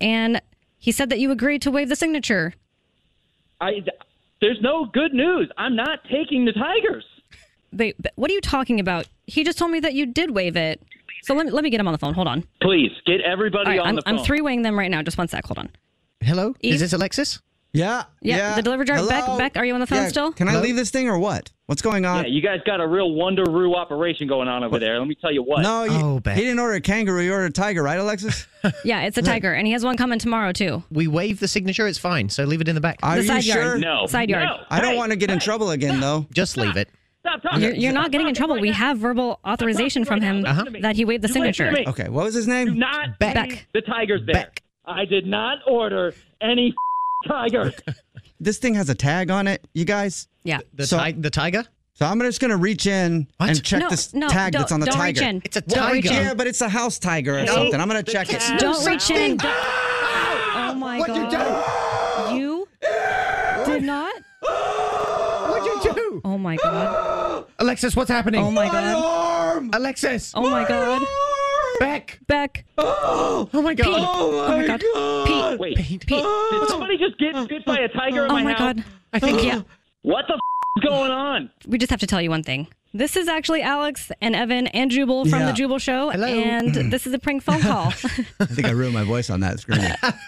[SPEAKER 5] and he said that you agreed to waive the signature.
[SPEAKER 17] I there's no good news. I'm not taking the tigers.
[SPEAKER 5] Wait, but what are you talking about? He just told me that you did waive it. So let me let me get him on the phone. Hold on.
[SPEAKER 17] Please get
[SPEAKER 5] All
[SPEAKER 17] everybody
[SPEAKER 5] right,
[SPEAKER 17] on
[SPEAKER 5] I'm,
[SPEAKER 17] the phone.
[SPEAKER 5] I'm three weighing them right now. Just one sec. Hold on.
[SPEAKER 4] Hello?
[SPEAKER 5] Eve?
[SPEAKER 4] Is this Alexis? <laughs>
[SPEAKER 3] Yeah.
[SPEAKER 5] Yeah, the delivery driver.
[SPEAKER 3] Hello?
[SPEAKER 5] Beck, Beck, are you on the phone
[SPEAKER 3] Yeah,
[SPEAKER 5] still?
[SPEAKER 3] Can I leave this thing or what? What's going on?
[SPEAKER 17] Yeah, you guys got a real Wonder Roo operation going on over there. Let me tell you what.
[SPEAKER 3] No, you, he didn't order a kangaroo. He ordered a tiger, right, Alexis?
[SPEAKER 5] Yeah, it's a tiger, and he has one coming tomorrow too.
[SPEAKER 4] We waive the signature. It's fine. So leave it in the back.
[SPEAKER 3] <laughs> Are you sure?
[SPEAKER 5] Side yard.
[SPEAKER 3] I don't want to get in trouble again, though.
[SPEAKER 4] Just leave it.
[SPEAKER 17] Stop
[SPEAKER 5] You're, you're not getting in trouble. we have verbal authorization from him that he waived the signature.
[SPEAKER 3] Uh-huh. Okay, what was his name? Do
[SPEAKER 17] not
[SPEAKER 5] Beck.
[SPEAKER 17] leave the tigers there. I did not order any tigers.
[SPEAKER 3] This thing has a tag on it, you guys.
[SPEAKER 5] Yeah.
[SPEAKER 4] The, ti- the tiger?
[SPEAKER 3] So I'm just gonna reach in and check
[SPEAKER 5] No,
[SPEAKER 3] this
[SPEAKER 5] no,
[SPEAKER 3] tag
[SPEAKER 5] don't-
[SPEAKER 3] that's on the
[SPEAKER 5] don't reach
[SPEAKER 3] tiger.
[SPEAKER 5] in. It's a
[SPEAKER 3] Well,
[SPEAKER 5] tiger.
[SPEAKER 3] Yeah, but it's a house tiger or
[SPEAKER 5] Hey,
[SPEAKER 3] something. I'm gonna
[SPEAKER 5] the
[SPEAKER 3] check it.
[SPEAKER 5] cat- Don't reach in. Don't- Oh my
[SPEAKER 3] What'd you
[SPEAKER 5] god. You, did not.
[SPEAKER 4] What'd you do?
[SPEAKER 5] Oh my god.
[SPEAKER 4] Alexis, what's happening?
[SPEAKER 5] Oh my god.
[SPEAKER 4] Alexis.
[SPEAKER 5] Oh my god.
[SPEAKER 4] Beck.
[SPEAKER 5] Beck.
[SPEAKER 4] Oh, oh my god.
[SPEAKER 5] Pete. Oh my god. Pete.
[SPEAKER 17] Wait,
[SPEAKER 5] Pete.
[SPEAKER 17] did somebody just get bit by a tiger in
[SPEAKER 5] Oh
[SPEAKER 17] my,
[SPEAKER 5] my
[SPEAKER 17] house?
[SPEAKER 5] God. I think- yeah.
[SPEAKER 17] What the f- going on?
[SPEAKER 5] We just have to tell you one thing. This is actually Alex and Evan and Jubal from
[SPEAKER 3] Yeah.
[SPEAKER 5] the Jubal Show,
[SPEAKER 3] Hello. <clears throat>
[SPEAKER 5] and this is a prank phone
[SPEAKER 3] <laughs>
[SPEAKER 5] call.
[SPEAKER 3] I think I ruined my voice on that screen.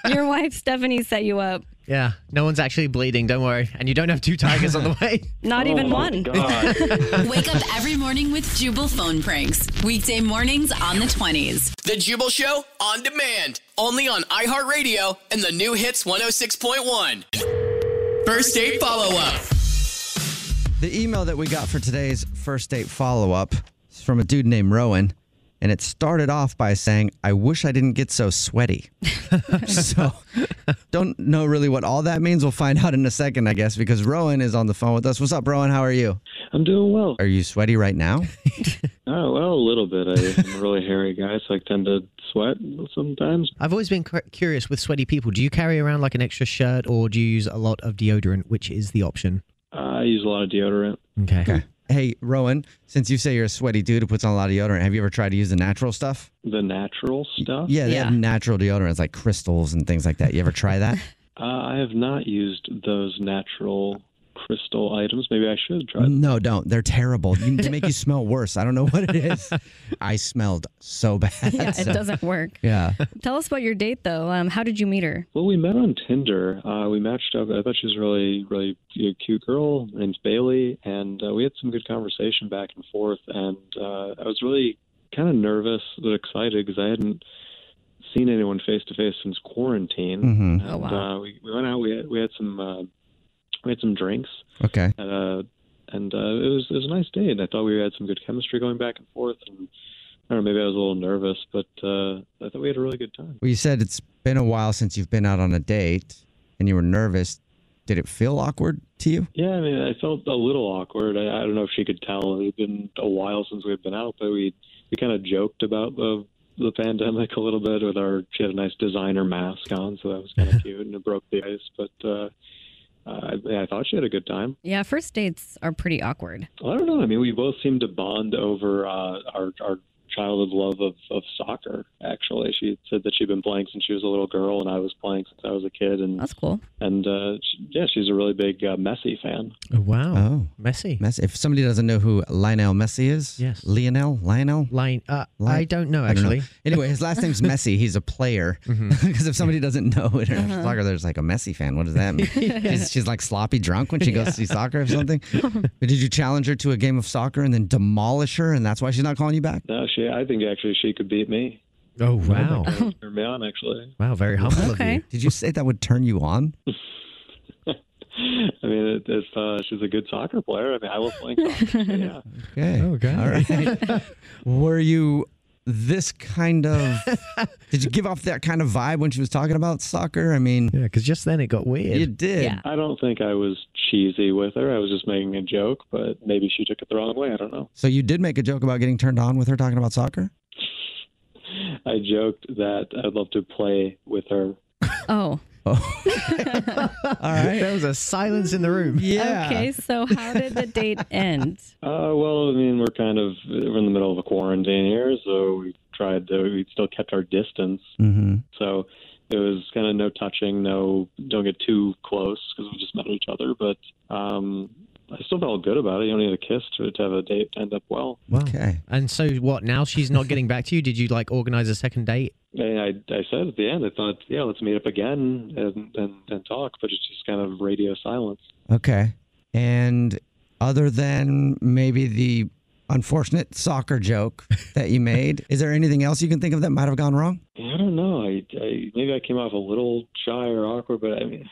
[SPEAKER 5] Your wife Stephanie set you up.
[SPEAKER 4] <laughs> Yeah, no one's actually bleeding. Don't worry, and you don't have two
[SPEAKER 3] <laughs>
[SPEAKER 4] tigers on the way.
[SPEAKER 5] Not even
[SPEAKER 17] Oh,
[SPEAKER 5] one.
[SPEAKER 10] <laughs> Wake up every morning with Jubal phone pranks. Weekday mornings on the 20s.
[SPEAKER 2] The Jubal Show on demand, only on iHeartRadio and the new hits 106.1. First date follow up.
[SPEAKER 3] The email that we got for today's first date follow up is from a dude named Rowan, and it started off by saying, I wish I didn't get so sweaty. <laughs> so, don't know really what all that means. We'll find out in a second, I guess, because Rowan is on the phone with us. What's up, Rowan? How are you?
[SPEAKER 18] I'm doing well.
[SPEAKER 3] Are you sweaty right now?
[SPEAKER 18] Oh, well, a little bit. I, I'm a really hairy guy, so I tend to sweat sometimes.
[SPEAKER 4] I've always been cu- curious with sweaty people. Do you carry around like an extra shirt, or do you use a lot of deodorant, which is the option? <laughs>
[SPEAKER 18] I use a lot of deodorant.
[SPEAKER 4] Okay.
[SPEAKER 3] Hey, Rowan, since you say you're a sweaty dude who puts on a lot of deodorant, have you ever tried to use the natural stuff?
[SPEAKER 18] The natural stuff?
[SPEAKER 3] Yeah, they have natural deodorants like crystals and things like that. You ever try that?
[SPEAKER 18] Uh, I have not used those natural crystal items. Maybe I should try them.
[SPEAKER 3] No, don't. They're terrible. You,
[SPEAKER 5] <laughs>
[SPEAKER 3] they make you smell worse. I don't know what it is. I smelled so <laughs> bad.
[SPEAKER 5] <laughs> yeah, it
[SPEAKER 3] so-
[SPEAKER 5] doesn't work.
[SPEAKER 3] <laughs> Yeah.
[SPEAKER 5] Tell us about your date though. Um, how did you meet her?
[SPEAKER 18] Well, we met on Tinder. Uh, we matched up. I thought she was a really, really a cute girl. Her name's Bailey, and uh, we had some good conversation back and forth. And uh, I was really kind of nervous but excited because I hadn't seen anyone face to face since quarantine.
[SPEAKER 3] Mhm.
[SPEAKER 18] And,
[SPEAKER 3] Oh, wow.
[SPEAKER 18] uh, we, we went out. We had, we had some uh, we had some drinks.
[SPEAKER 3] Okay.
[SPEAKER 18] At, uh, and uh, it was it was a nice day, and I thought we had some good chemistry going back and forth. And I don't know, maybe I was a little nervous, but uh, I thought we had a really good time.
[SPEAKER 3] Well, you said it's been a while since you've been out on a date and you were nervous. Did it feel awkward to you?
[SPEAKER 18] Yeah, I mean, I felt a little awkward. I, I don't know if she could tell. It had been a while since we had been out, but we we kind of joked about the the pandemic <laughs> a little bit with our. She had a nice designer mask on, so that was
[SPEAKER 5] <laughs>
[SPEAKER 18] kind of cute, and it broke the ice. But uh, I, I thought she had a good time.
[SPEAKER 5] Yeah, first dates are pretty
[SPEAKER 3] <laughs>
[SPEAKER 5] awkward.
[SPEAKER 18] I don't know. I mean, we both seemed to bond over uh, our our childhood love of, of soccer. Actually, she said that she'd been playing since she was a little girl, and I was playing since I was a kid. And
[SPEAKER 5] that's cool.
[SPEAKER 18] And uh, she, yeah, she's a really big uh, Messi fan.
[SPEAKER 4] Oh, wow.
[SPEAKER 3] Oh.
[SPEAKER 4] Messi.
[SPEAKER 3] Messi. If somebody doesn't know who Lionel Messi is, yes. Lionel? Lionel?
[SPEAKER 4] Lion, uh, I don't know, actually. Mm-hmm.
[SPEAKER 3] Anyway, his last name's Messi. He's a player.
[SPEAKER 4] <laughs>
[SPEAKER 3] Because <laughs> if somebody doesn't know it,
[SPEAKER 4] Uh-huh.
[SPEAKER 3] soccer, they're just like a Messi fan. What does that
[SPEAKER 4] <laughs>
[SPEAKER 3] mean? she's, she's like sloppy drunk when she goes to see soccer or something. but did you challenge her to a game of soccer and then demolish her, and that's why she's not calling you back?
[SPEAKER 18] No, she. I think actually she could beat me.
[SPEAKER 4] Oh
[SPEAKER 3] wow.
[SPEAKER 18] Turn me on, actually. <laughs>
[SPEAKER 4] Wow, very humble
[SPEAKER 18] Okay.
[SPEAKER 4] of you.
[SPEAKER 3] Did you say that would turn you on?
[SPEAKER 18] I mean, it, it's, uh, she's a good soccer player. I mean, I love playing soccer. so, yeah.
[SPEAKER 3] Okay. Okay. All
[SPEAKER 4] <laughs>
[SPEAKER 3] right. Were you this kind of? did you give off that kind of vibe when she was talking about soccer? I mean,
[SPEAKER 4] yeah, because just then it got weird.
[SPEAKER 3] You did.
[SPEAKER 18] I don't think I was cheesy with her. I was just making a joke, but maybe she took it the wrong way. I don't know.
[SPEAKER 3] So you did make a joke about getting turned on with her talking about soccer.
[SPEAKER 18] I joked that I'd love to play with her.
[SPEAKER 5] Oh.
[SPEAKER 4] All
[SPEAKER 3] right.
[SPEAKER 4] There was a silence in
[SPEAKER 3] <laughs>
[SPEAKER 4] the room. <laughs>
[SPEAKER 5] Okay, so how did the date end?
[SPEAKER 18] Uh, well, I mean, we're kind of we're in the middle of a quarantine here, so we tried to. We still kept our distance,
[SPEAKER 3] Mm-hmm.
[SPEAKER 18] so it was kind of no touching, no don't get too close because we just met each other. But um, I still felt good about it. You don't need a kiss to, to have a date end up well.
[SPEAKER 4] Wow.
[SPEAKER 3] Okay.
[SPEAKER 4] And so what? Now she's not getting back to you. Did you like organize a second date?
[SPEAKER 18] And I, I said at the end, I thought, yeah, let's meet up again and, and, and talk, but it's just kind of radio silence.
[SPEAKER 3] Okay. And other than maybe the unfortunate soccer
[SPEAKER 4] <laughs>
[SPEAKER 3] joke that you made, is there anything else you can think of that might have gone wrong?
[SPEAKER 18] Yeah, I don't know. I, I maybe I came off a little shy or awkward, but I mean,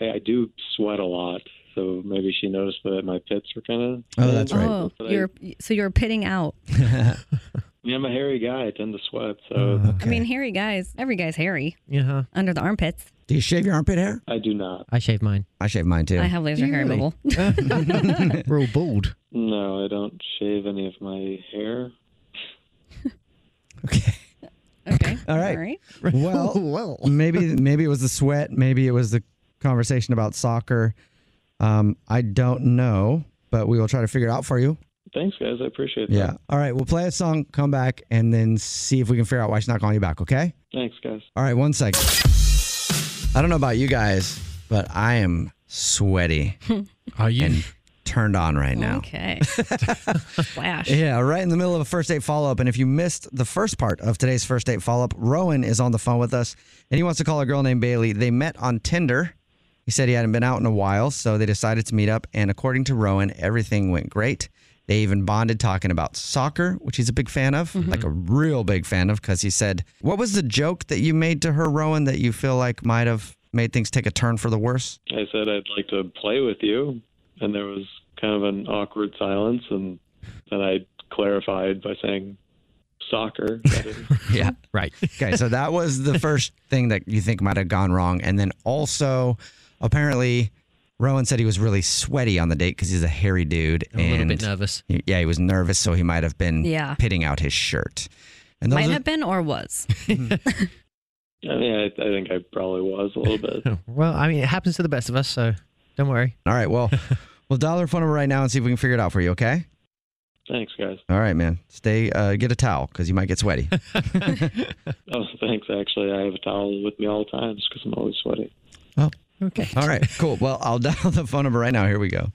[SPEAKER 18] I, I do sweat a lot, so maybe she noticed that my pits were kind of.
[SPEAKER 3] Oh, that's right.
[SPEAKER 5] Oh, you're so you're pitting
[SPEAKER 3] <laughs>
[SPEAKER 5] out.
[SPEAKER 18] I, am a hairy guy. I tend to sweat, so
[SPEAKER 3] Oh,
[SPEAKER 5] I mean, hairy guys. Every guy's hairy.
[SPEAKER 4] Yeah.
[SPEAKER 5] Under the armpits.
[SPEAKER 3] Do you shave your armpit hair?
[SPEAKER 18] I do not.
[SPEAKER 4] Uh-huh. I shave mine.
[SPEAKER 3] I shave mine too.
[SPEAKER 5] I have laser hair removal. <laughs>
[SPEAKER 4] <laughs> We're all bald.
[SPEAKER 18] No, I don't shave any of my hair.
[SPEAKER 5] Okay.
[SPEAKER 3] All right. <laughs> Well,
[SPEAKER 4] well.
[SPEAKER 3] maybe maybe it was the sweat. Maybe it was the conversation about soccer. Um, I don't know, but we will try to figure it out for you.
[SPEAKER 18] Thanks, guys. I appreciate
[SPEAKER 3] Yeah.
[SPEAKER 18] that.
[SPEAKER 3] All right. We'll play a song, come back, and then see if we can figure out why she's not calling you back. Okay.
[SPEAKER 18] Thanks, guys.
[SPEAKER 3] All right. One second. I don't know about you guys, but I am sweaty.
[SPEAKER 4] Are you?
[SPEAKER 3] And turned on right now.
[SPEAKER 5] Okay. Flash.
[SPEAKER 3] Yeah, right in the middle of a first date follow up. And if you missed the first part of today's first date follow up, Rowan is on the phone with us and he wants to call a girl named Bailey. They met on Tinder. He said he hadn't been out in a while, so they decided to meet up. And according to Rowan, everything went great. They even bonded talking about soccer, which he's a big fan of, like a real big fan of, because he said, What was the joke that you made to her, Rowan, that you feel like might have made things take a turn for the worse?
[SPEAKER 18] I said I'd like to play with you, and there was kind of an awkward silence, and then I clarified by saying
[SPEAKER 3] <laughs>
[SPEAKER 18] soccer. That is-
[SPEAKER 3] Yeah. Right. Okay. So that was the first thing that you think might have gone wrong. And then also, apparently, Rowan said he was really sweaty on the date because he's a hairy dude.
[SPEAKER 19] A little
[SPEAKER 3] and
[SPEAKER 19] bit nervous.
[SPEAKER 3] he- yeah, he was nervous. So he might have been
[SPEAKER 5] Yeah.
[SPEAKER 3] pitting out his shirt. <laughs> And those
[SPEAKER 5] Might
[SPEAKER 3] are-
[SPEAKER 5] have been or
[SPEAKER 3] <laughs>
[SPEAKER 5] was.
[SPEAKER 18] I mean, I, I think I probably was a little bit.
[SPEAKER 4] Well, I mean, it happens to the best of us, so don't worry.
[SPEAKER 3] All right. Well, we'll dial her phone number right now and see if we can figure it out for you. Okay.
[SPEAKER 18] Thanks, guys.
[SPEAKER 3] All right, man. Stay, uh, get a towel because you might get sweaty.
[SPEAKER 18] Oh, <laughs> thanks. Actually, I have a towel with me all the time just because I'm always sweaty.
[SPEAKER 3] oh, okay. All right. Cool. Well, I'll <laughs> dial the phone number right now. Here we go.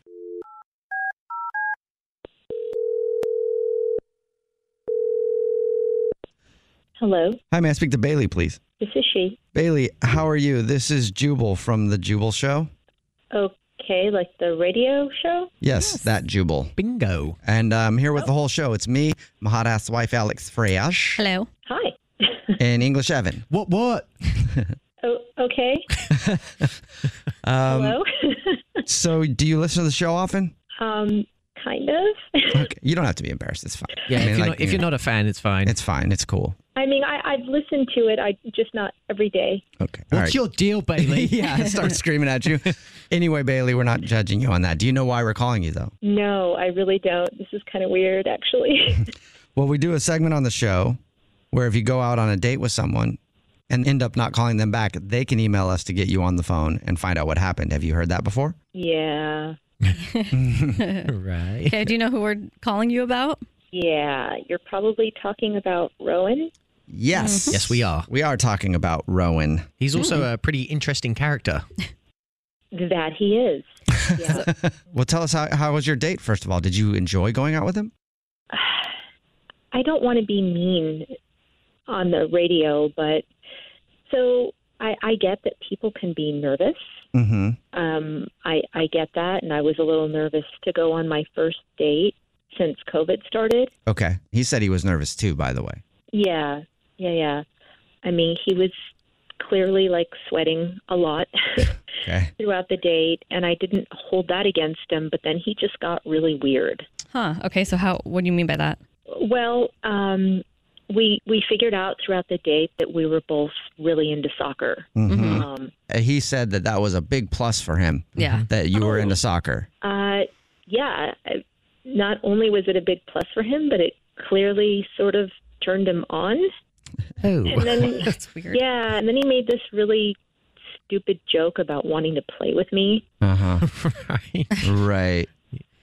[SPEAKER 20] Hello,
[SPEAKER 3] Hi, may I speak to Bailey, please?
[SPEAKER 20] this is she.
[SPEAKER 3] Bailey, how are you? This is Jubal from the Jubal Show.
[SPEAKER 20] Okay, like the radio show?
[SPEAKER 3] Yes, that Jubal.
[SPEAKER 4] Bingo.
[SPEAKER 3] And I'm here
[SPEAKER 19] Oh.
[SPEAKER 3] with the whole show. It's me, my hot ass wife, Alex
[SPEAKER 19] <laughs>
[SPEAKER 3] Freyash,
[SPEAKER 5] Hello.
[SPEAKER 20] Hi. <laughs>
[SPEAKER 3] and English Evan.
[SPEAKER 4] What? What?
[SPEAKER 20] Oh,
[SPEAKER 5] <laughs>
[SPEAKER 20] okay.
[SPEAKER 3] <laughs> Um,
[SPEAKER 20] Hello.
[SPEAKER 3] <laughs> so, do you listen to the show often?
[SPEAKER 20] um, kind of. <laughs>
[SPEAKER 3] Okay. You don't have to be embarrassed. It's fine.
[SPEAKER 19] Yeah, if you're not- if you're
[SPEAKER 3] a fan, it's fine. It's fine. It's cool.
[SPEAKER 20] I mean, I, I've listened to it. I just not every day.
[SPEAKER 3] Okay.
[SPEAKER 19] What's your
[SPEAKER 3] <laughs>
[SPEAKER 19] deal, Bailey?
[SPEAKER 3] yeah,
[SPEAKER 19] <laughs>
[SPEAKER 3] start screaming at you. Anyway, Bailey, we're not judging you on that. Do you know why we're calling you, though?
[SPEAKER 20] No, I really don't. This is kind of weird, actually.
[SPEAKER 5] <laughs>
[SPEAKER 20] <laughs>
[SPEAKER 3] Well, we do a segment on the show where if you go out on a date with someone and end up not calling them back, they can email us to get you on the phone and find out what happened. Have you heard that
[SPEAKER 4] <laughs>
[SPEAKER 3] before?
[SPEAKER 20] yeah.
[SPEAKER 3] Mm. right.
[SPEAKER 5] Okay, do you know who we're calling you about?
[SPEAKER 20] Yeah, you're probably talking about Rowan.
[SPEAKER 3] Yes.
[SPEAKER 4] Mm-hmm. Yes, we are.
[SPEAKER 3] We are talking about Rowan.
[SPEAKER 4] He's also a pretty interesting character.
[SPEAKER 20] That he is.
[SPEAKER 3] <laughs> Well, tell us how, how was your date, first of all? Did you enjoy going out with him?
[SPEAKER 20] I don't want to be mean on the radio, but so I, I get that people can be nervous.
[SPEAKER 3] Mm-hmm.
[SPEAKER 20] Um, I, I get that, and I was a little nervous to go on my first date since COVID started.
[SPEAKER 3] Okay. He said he was nervous too, by the way.
[SPEAKER 20] Yeah, yeah, yeah. I mean, he was clearly like sweating a lot
[SPEAKER 3] Okay.
[SPEAKER 20] <laughs> throughout the date, and I didn't hold that against him, but then he just got really weird.
[SPEAKER 5] Huh. Okay, so how what do you mean by that?
[SPEAKER 20] Well, um, we we figured out throughout the date that we were both really into soccer.
[SPEAKER 3] Mhm.
[SPEAKER 20] Um,
[SPEAKER 3] Uh, He said that that was a big plus for him.
[SPEAKER 20] Yeah.
[SPEAKER 3] That you
[SPEAKER 4] Oh.
[SPEAKER 3] were into soccer.
[SPEAKER 20] uh, yeah, I- not only was it a big plus for him, but it clearly sort of turned him on.
[SPEAKER 3] Oh.
[SPEAKER 20] And then, Yeah, and then he made this really stupid joke about wanting to play with me.
[SPEAKER 3] Uh-huh. right. Right.